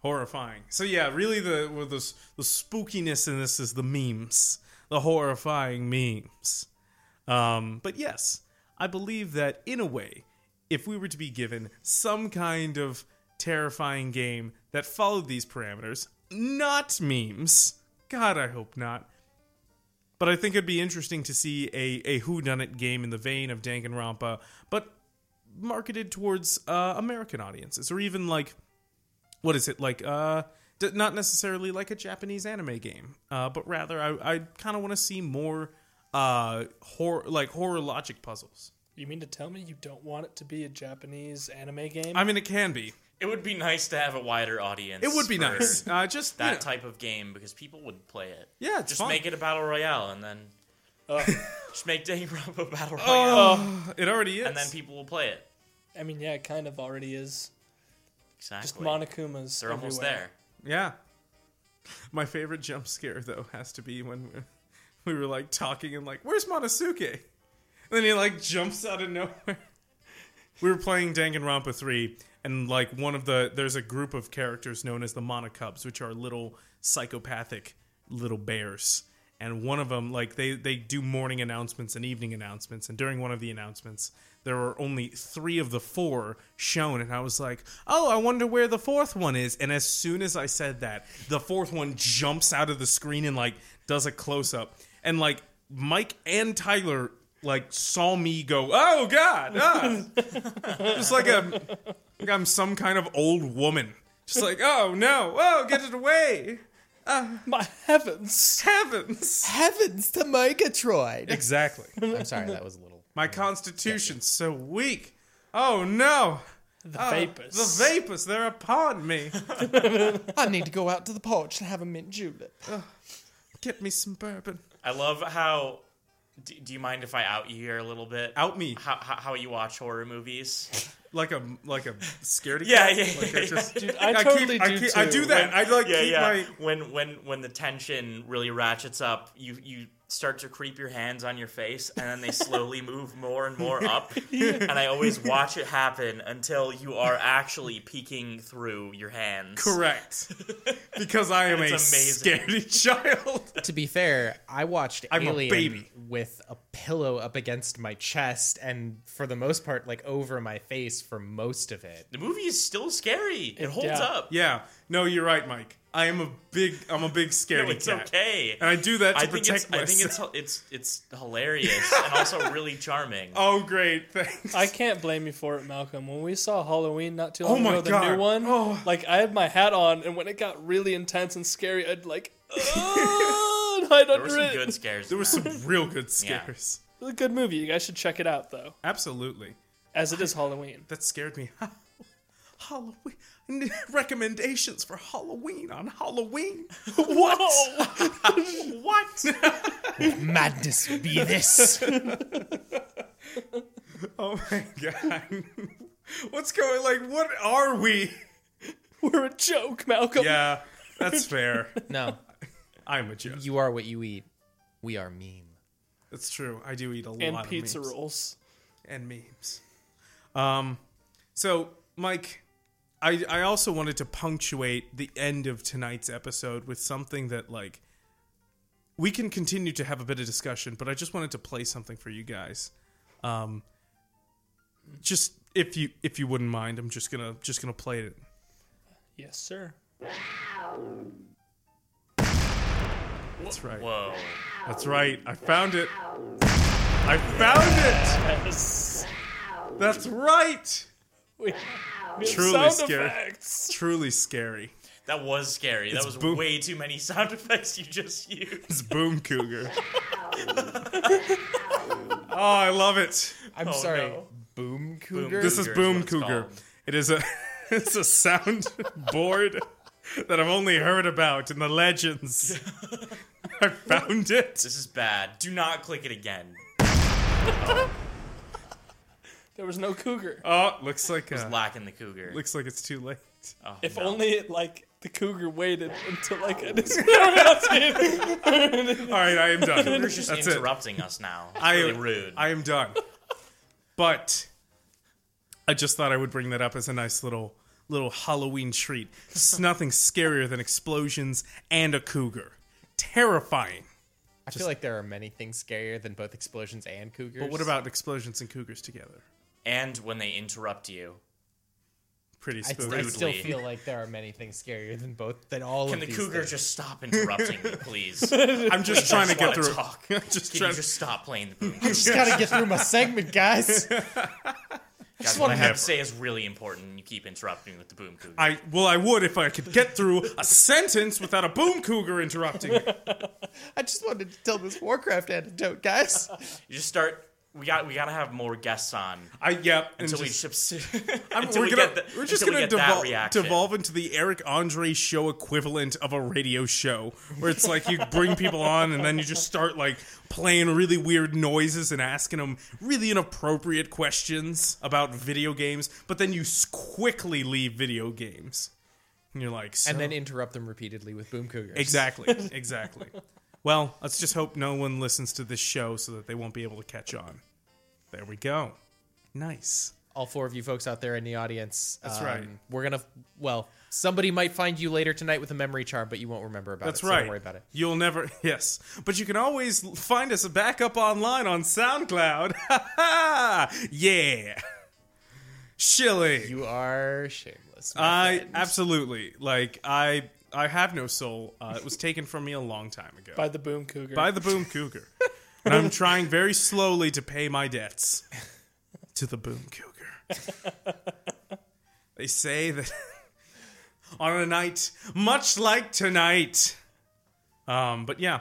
horrifying. So yeah, really the well, the s- the spookiness in this is the memes, the horrifying memes. Um, but yes, I believe that in a way, if we were to be given some kind of terrifying game that followed these parameters, not memes. God, I hope not. But I think it'd be interesting to see a a whodunit game in the vein of Danganronpa, but marketed towards uh, American audiences or even like what is it like uh d- not necessarily like a japanese anime game uh but rather i i kind of want to see more uh horror like horror logic puzzles
You mean to tell me you don't want it to be a Japanese anime game?
i mean it can be
It would be nice to have a wider audience.
it would be
for
nice uh just you
That
know,
type of game because people would play it.
yeah it's
Just
fun. Uh.
make it a battle royale and then
Oh.
just make Danganronpa a battle
Oh,
royale
it already is
and then people will play it.
I mean, yeah, it kind of already is.
Exactly.
Just Monokumas.
They're almost
everywhere.
there.
yeah my favorite jump scare though has to be when we we were like talking and like where's monosuke and then he like jumps out of nowhere we were playing Danganronpa 3 and like one of the there's a group of characters known as the monocubs which are little psychopathic little bears and one of them like they they do morning announcements and evening announcements and during one of the announcements there were only three of the four shown and i was like oh i wonder where the fourth one is and as soon as i said that the fourth one jumps out of the screen and like does a close-up and like mike and tyler like saw me go oh god ah. just like a like i'm some kind of old woman just like oh no oh get it away
My heavens.
heavens
Heavens to Megatroid.
exactly
I'm sorry, that was a little.
My constitution's so weak. Oh no! Oh,
The vapors.
The vapors, they're upon me.
I need to go out to the porch and have a mint julep.
Get me some bourbon.
I love how. Do, do you mind if I out you here a little bit?
Out me
How, how, how you watch horror movies?
like a like a scaredy.
Yeah,
cat.
yeah, yeah,
Like I
yeah.
just,
Dude, I,
I
totally
keep, I,
do
keep,
too.
I do that. I like
yeah,
keep
yeah.
my.
When when when the tension really ratchets up, you you start to creep your hands on your face, and then they slowly move more and more up. And I always watch it happen until you are actually peeking through your hands.
Correct, because I am a
It's amazing.
scaredy child.
to be fair, I watched
I'm a
Alien
baby.
with a pillow up against my chest and for the most part like over my face for most of it.
The movie is still scary. It holds
yeah.
up.
yeah, no, you're right, Mike. I am a big. I'm a big scaredy
No, it's
cat,
okay.
and I do that to
I think
protect
it's I
myself.
think it's it's it's hilarious and also really charming.
oh, great! Thanks.
I can't blame you for it, Malcolm. When we saw Halloween not too
Oh
long
my
ago, the
God.
new one,
Oh.
like I had my hat on, and when it got really intense and scary, I'd like "Oh," and hide
There were
under
some
it.
good scares.
there
in
were
that.
some real good
Yeah.
scares.
It was a good movie. You guys should check it out though,
Absolutely.
as it is Halloween.
that scared me. Halloween recommendations for Halloween on Halloween.
What?
what?
Madness would be this.
oh my god! What's going? Like, what are we?
We're a joke, Malcolm.
Yeah, that's fair.
no,
I'm a joke.
you are what you eat. We are meme.
That's true. I do eat a
And
lot
pizza
of memes.
rolls.
and memes. Um, so Mike, I I also wanted to punctuate the end of tonight's episode with something that like we can continue to have a bit of discussion, but I just wanted to play something for you guys. Um, just if you if you wouldn't mind, I'm just gonna just gonna play it.
Yes, sir.
That's right.
Whoa.
That's right. I found it. I found
Yes.
it. That's right.
We, we have
Truly
sound
scary.
effects.
Truly scary.
That was scary. That
It's
was
boom-
way too many sound effects you just used.
It's Boom Cougar. oh, I love it.
I'm
Oh,
sorry.
no.
Boom cougar.
This is
Cougar is
Boom
what it's
Cougar.
called.
It is a it's a sound board that I've only heard about in the legends. I found it.
This is bad. Do not click it again.
There was no cougar.
Oh, looks like
It's
uh,
lacking the cougar.
looks like it's too late.
Oh,
If
no.
only it like the cougar waited until like I just
All right, I am done.
Cougar's just
That's it.
interrupting us now. It's
I
really rude.
I am done. but I just thought I would bring that up as a nice little little Halloween treat. It's nothing scarier than explosions and a cougar. Terrifying.
I feel like there are many things scarier than both explosions and cougars.
But what about explosions and cougars together?
and when they interrupt you,
Pretty
I,
spooky.
I still
Rudely.
feel like there are many things scarier than both than all
can
of
the
these
cougar
things.
just stop interrupting me, please?
I'm just trying to get
wanna
through.
talk.
I'm just
Can you
trying.
just stop playing the boom?
I just gotta get through my segment, guys.
Guys, what I have
never.
to say is really important. You keep interrupting me with the boom cougar.
I well, I would if I could get through a sentence without a boom cougar interrupting. me.
I just wanted to tell this Warcraft anecdote, guys.
you just start. We got. We gotta have more guests on
I yep. And
until we
just-
just.
I'm-
until
we're
we
gonna
get the-
we're just
until
gonna
we get that
devol-
reaction.
devolve into the Eric Andre show equivalent of a radio show, where it's like you bring people on and then you just start like playing really weird noises and asking them really inappropriate questions about video games, but then you s- quickly leave video games, and you're like, so
And then interrupt them repeatedly with boom cougars.
Exactly. Exactly. well, let's just hope no one listens to this show so that they won't be able to catch on. There we go. Nice.
all four of you folks out there in the audience. um,
That's right.
We're gonna. Well, somebody might find you later tonight with a memory charm, but you won't remember about
That's
it. so
right.
Don't worry about it.
You'll never. Yes, but you can always find us back up online on SoundCloud. yeah, Shilly.
You are shameless. my
I
friend.
absolutely like. I I have no soul. Uh, it was taken from me a long time ago
by the boom cougar.
by the Boom Cougar, and I'm trying very slowly to pay my debts to the Boom Cougar. they say that on a night much like tonight. Um, but yeah,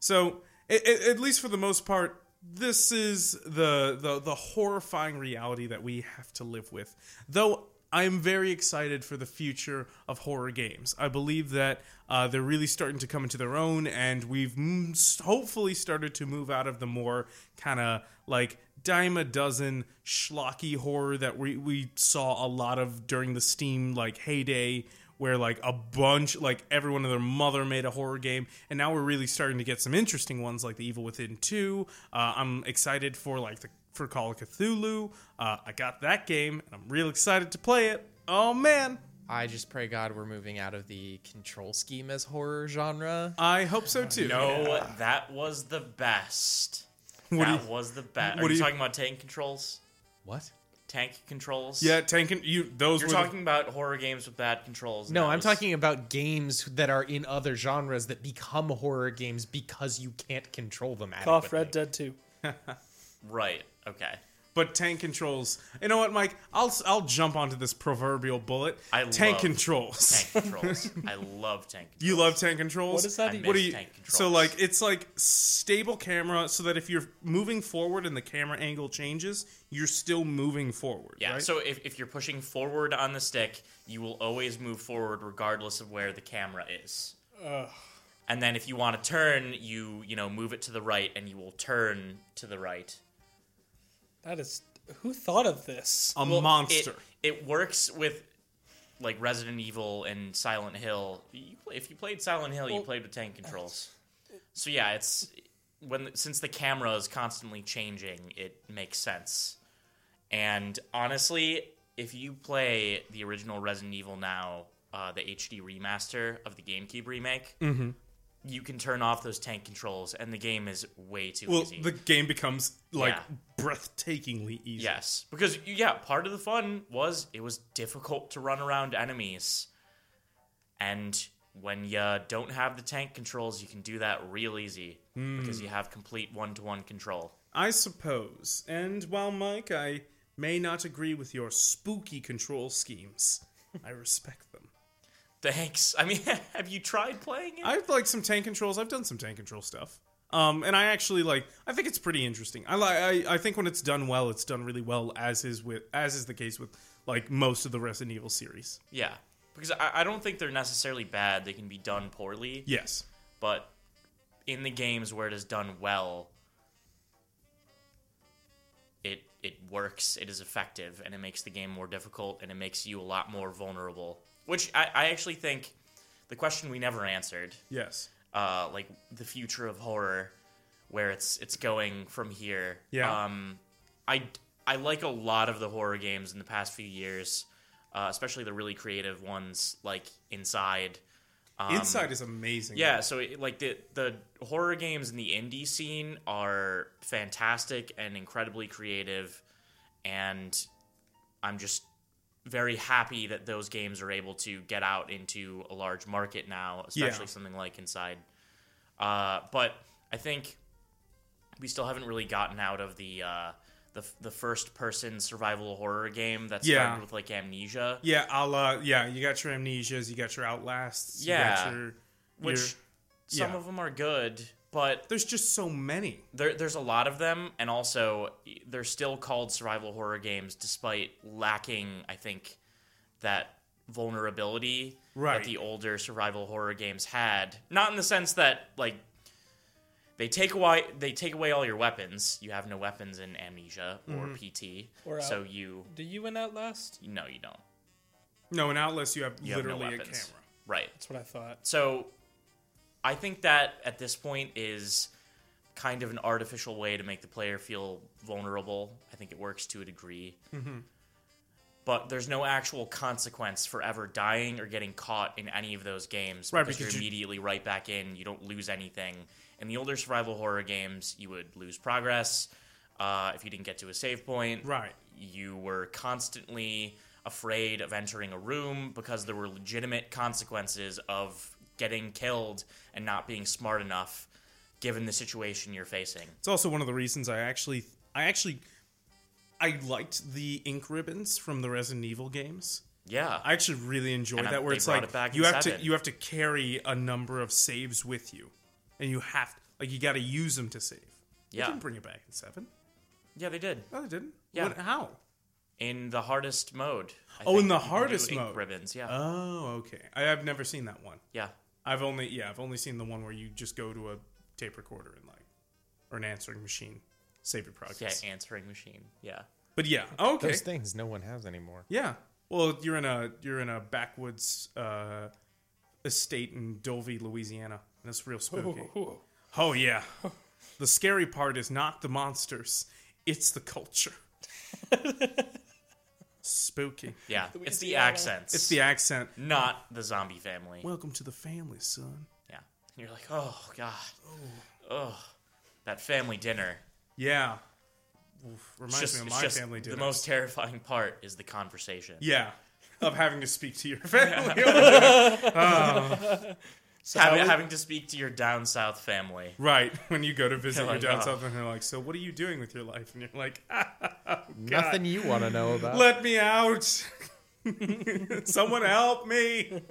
so i i at least for the most part, this is the, the the horrifying reality that we have to live with. Though I am very excited for the future of horror games. I believe that uh, they're really starting to come into their own, and we've m- s- hopefully started to move out of the more kind of like dime a dozen schlocky horror that we, we saw a lot of during the Steam like heyday where like a bunch like everyone and their mother made a horror game and now we're really starting to get some interesting ones like the evil within 2 uh, i'm excited for like the for call of cthulhu uh, i got that game and i'm real excited to play it oh man
I just pray God we're moving out of the control scheme as horror genre.
i hope so too
No, that was the best.
What do
that
you-
was the best.
what
Are you,
do you-
talking about tank controls?
What?
Tank controls?
yeah tankin you those
You're
were the-
talking about horror games with bad controls. and
No,
that
I'm
was-
talking about games that are in other genres that become horror games because you can't control them adequately.
Cough Red Dead 2.
Right. Okay.
but tank controls you know what mike i'll i'll jump onto this proverbial bullet
I
tank
love
controls
Tank controls. I love tank controls.
You love tank controls.
What is that?
I
What do
miss
you?
tank controls.
So like it's like stable camera, so that if you're moving forward and the camera angle changes, you're still moving forward.
Yeah.
right?
So if, if you're pushing forward on the stick, you will always move forward regardless of where the camera is. And then if you want to turn, you you know move it to the right, and you will turn to the right.
That is. Who thought of this?
a
Well, it-
monster.
It, works with like Resident Evil and Silent Hill. You play, if you played Silent Hill, you played with tank controls. So yeah, it's when since the camera is constantly changing, it makes sense. And honestly, if you play the original Resident Evil now, uh, the HD remaster of the GameCube remake,
Mm-hmm.
you can turn off those tank controls, and the game is way too
well,
easy.
the game becomes like
Yeah.
breathtakingly easy.
Yes, because yeah, part of the fun was it was difficult to run around enemies, and when you don't have the tank controls, you can do that real easy because you have complete one-to-one control.
I suppose. And while Mike, I may not agree with your spooky control schemes, I respect them.
Thanks. I mean, have you tried playing it?
I've like some tank controls. I've done some tank control stuff. Um, and I actually like. I think it's pretty interesting. I like. I, I think when it's done well, it's done really well. As is with as is the case with like most of the Resident Evil series.
yeah, because I, I don't think they're necessarily bad. They can be done poorly,
Yes.
but in the games where it is done well, it it works, it is effective, and it makes the game more difficult, and it makes you a lot more vulnerable. Which I, I actually think the question we never answered,
Yes.
uh, like the future of horror, where it's it's going from here.
Yeah.
Um, I I like a lot of the horror games in the past few years, uh, especially the really creative ones like Inside. Um,
Inside is amazing.
yeah, so it, like the the horror games in the indie scene are fantastic and incredibly creative, and I'm just very happy that those games are able to get out into a large market now, especially
Yeah.
something like Inside. Uh, but I think we still haven't really gotten out of the uh, the the first person survival horror game that
Yeah.
started with like Amnesia.
Yeah. A la. Yeah. You got your amnesias. You got your outlasts. You
Yeah.
got your,
Which-
your-
Some
Yeah.
of them are good, but
there's just so many.
there, there's a lot of them, and also they're still called survival horror games, despite lacking, I think, that vulnerability
Right.
that the older survival horror games had. Not in the sense that like they take away they take away all your weapons. You have no weapons in Amnesia or PT,
Mm-hmm. Or
so
out.
you
Do you win Outlast?
no, you don't.
No, in outlast you have
You
literally
have no
a
weapons.
camera.
right?
That's what I thought.
Uh, So I think that at this point is kind
Mm-hmm.
of an artificial way to make the player feel vulnerable. I think it works to a degree. but there's no actual consequence for ever dying or getting caught in any of those games
Right,
because,
because
you're
you-
immediately right back in. You don't lose anything. In the older survival horror games, you would lose progress uh, if you didn't get to a save point.
Right.
You were constantly afraid of entering a room because there were legitimate consequences of getting killed and not being smart enough given the situation you're facing.
It's also one of the reasons I actually I actually I liked the ink ribbons from the Resident Evil games.
Yeah.
I actually really enjoyed
And, um,
that where
they
it's
brought
like
it back in
you have to
seven.
you have to carry a number of saves with you, and you have like you got to use them to save. They
Yeah.
didn't bring it back in seven.
yeah, they did.
No, they didn't.
Yeah.
What- how?
In the hardest mode. I
Oh, in the
you can do
hardest
ink
mode.
Ribbons, yeah.
Oh, okay. I, I've never seen that one.
yeah.
I've only yeah I've only seen the one where you just go to a tape recorder and like or an answering machine, save your
Yeah,
progress.
answering machine. Yeah.
But yeah, oh, okay.
Those things no one has anymore.
Yeah. Well, you're in a you're in a backwoods uh, estate in Dovey, Louisiana. And it's real spooky. Oh yeah. The scary part is not the monsters; it's the culture. spooky.
Yeah. It's the
Louisiana.
accents.
It's the accent.
not the zombie family.
Welcome to the family, son.
Yeah. And you're like, oh God. Oh. That family dinner.
Yeah. Oof,
It's
reminds
just,
me of
it's
my
just
family dinner.
The most terrifying part is the conversation.
yeah. Of having to speak to your family.
So
Having,
I would-
having to speak to your down south family.
right. When you go to visit
You're
your
like,
down
oh.
south, and they're like, So, what are you doing with your life? And you're like, "Ah,
Nothing you want to know about.
Let me out. Someone help me.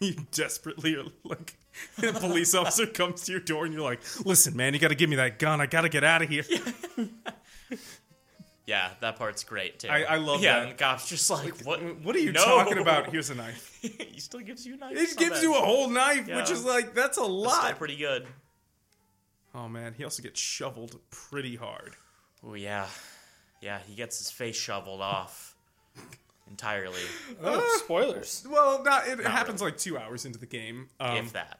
You desperately are like, a police officer comes to your door and you're like, listen, man, you got to give me that gun. I got to get out of here.
Yeah, that part's great too.
I- I love
yeah,
that.
and the cop's just like, what?
What are you
No.
talking about? Here's a knife.
he still gives you a knife.
It gives you a whole knife, which
Yeah.
is like, that's a
Still
lot.
pretty good.
Oh, man. He also gets shoveled pretty hard.
Oh yeah, yeah. He gets his face shoveled off entirely,
oh, spoilers.
Well, not, it happens like two hours into the game. Um,
if that.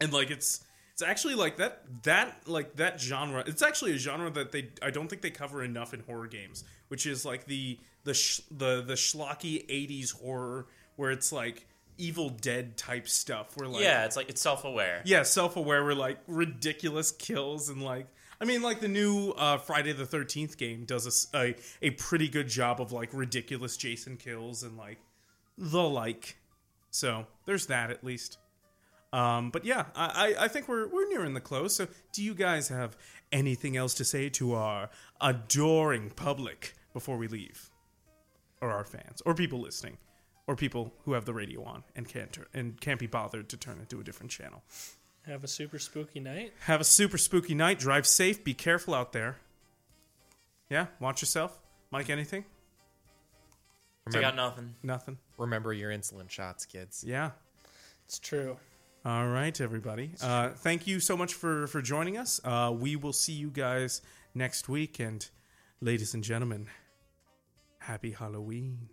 and like it's it's actually like that that like that genre it's actually a genre that they i don't think they cover enough in horror games which is like the the sh- the the schlocky 80s horror where it's like evil dead type stuff where like
yeah, it's like it's self-aware.
yeah self-aware where like ridiculous kills and like i mean like the new uh, friday the 13th game does a, s- a a pretty good job of like ridiculous jason kills and like the like so there's that at least um, but yeah, I, I, I think we're we're nearing the close. So, do you guys have anything else to say to our adoring public before we leave, or our fans, or people listening, or people who have the radio on and can't tur- and can't be bothered to turn it to a different channel?
Have a super spooky night.
Have a super spooky night. Drive safe. Be careful out there. Yeah, watch yourself. Mike, anything?
I
Remember,
got nothing.
Nothing.
remember your insulin shots, kids.
Yeah.
It's true.
All right, everybody. Uh, thank you so much for for joining us. Uh, we will see you guys next week, and ladies and gentlemen, happy Halloween.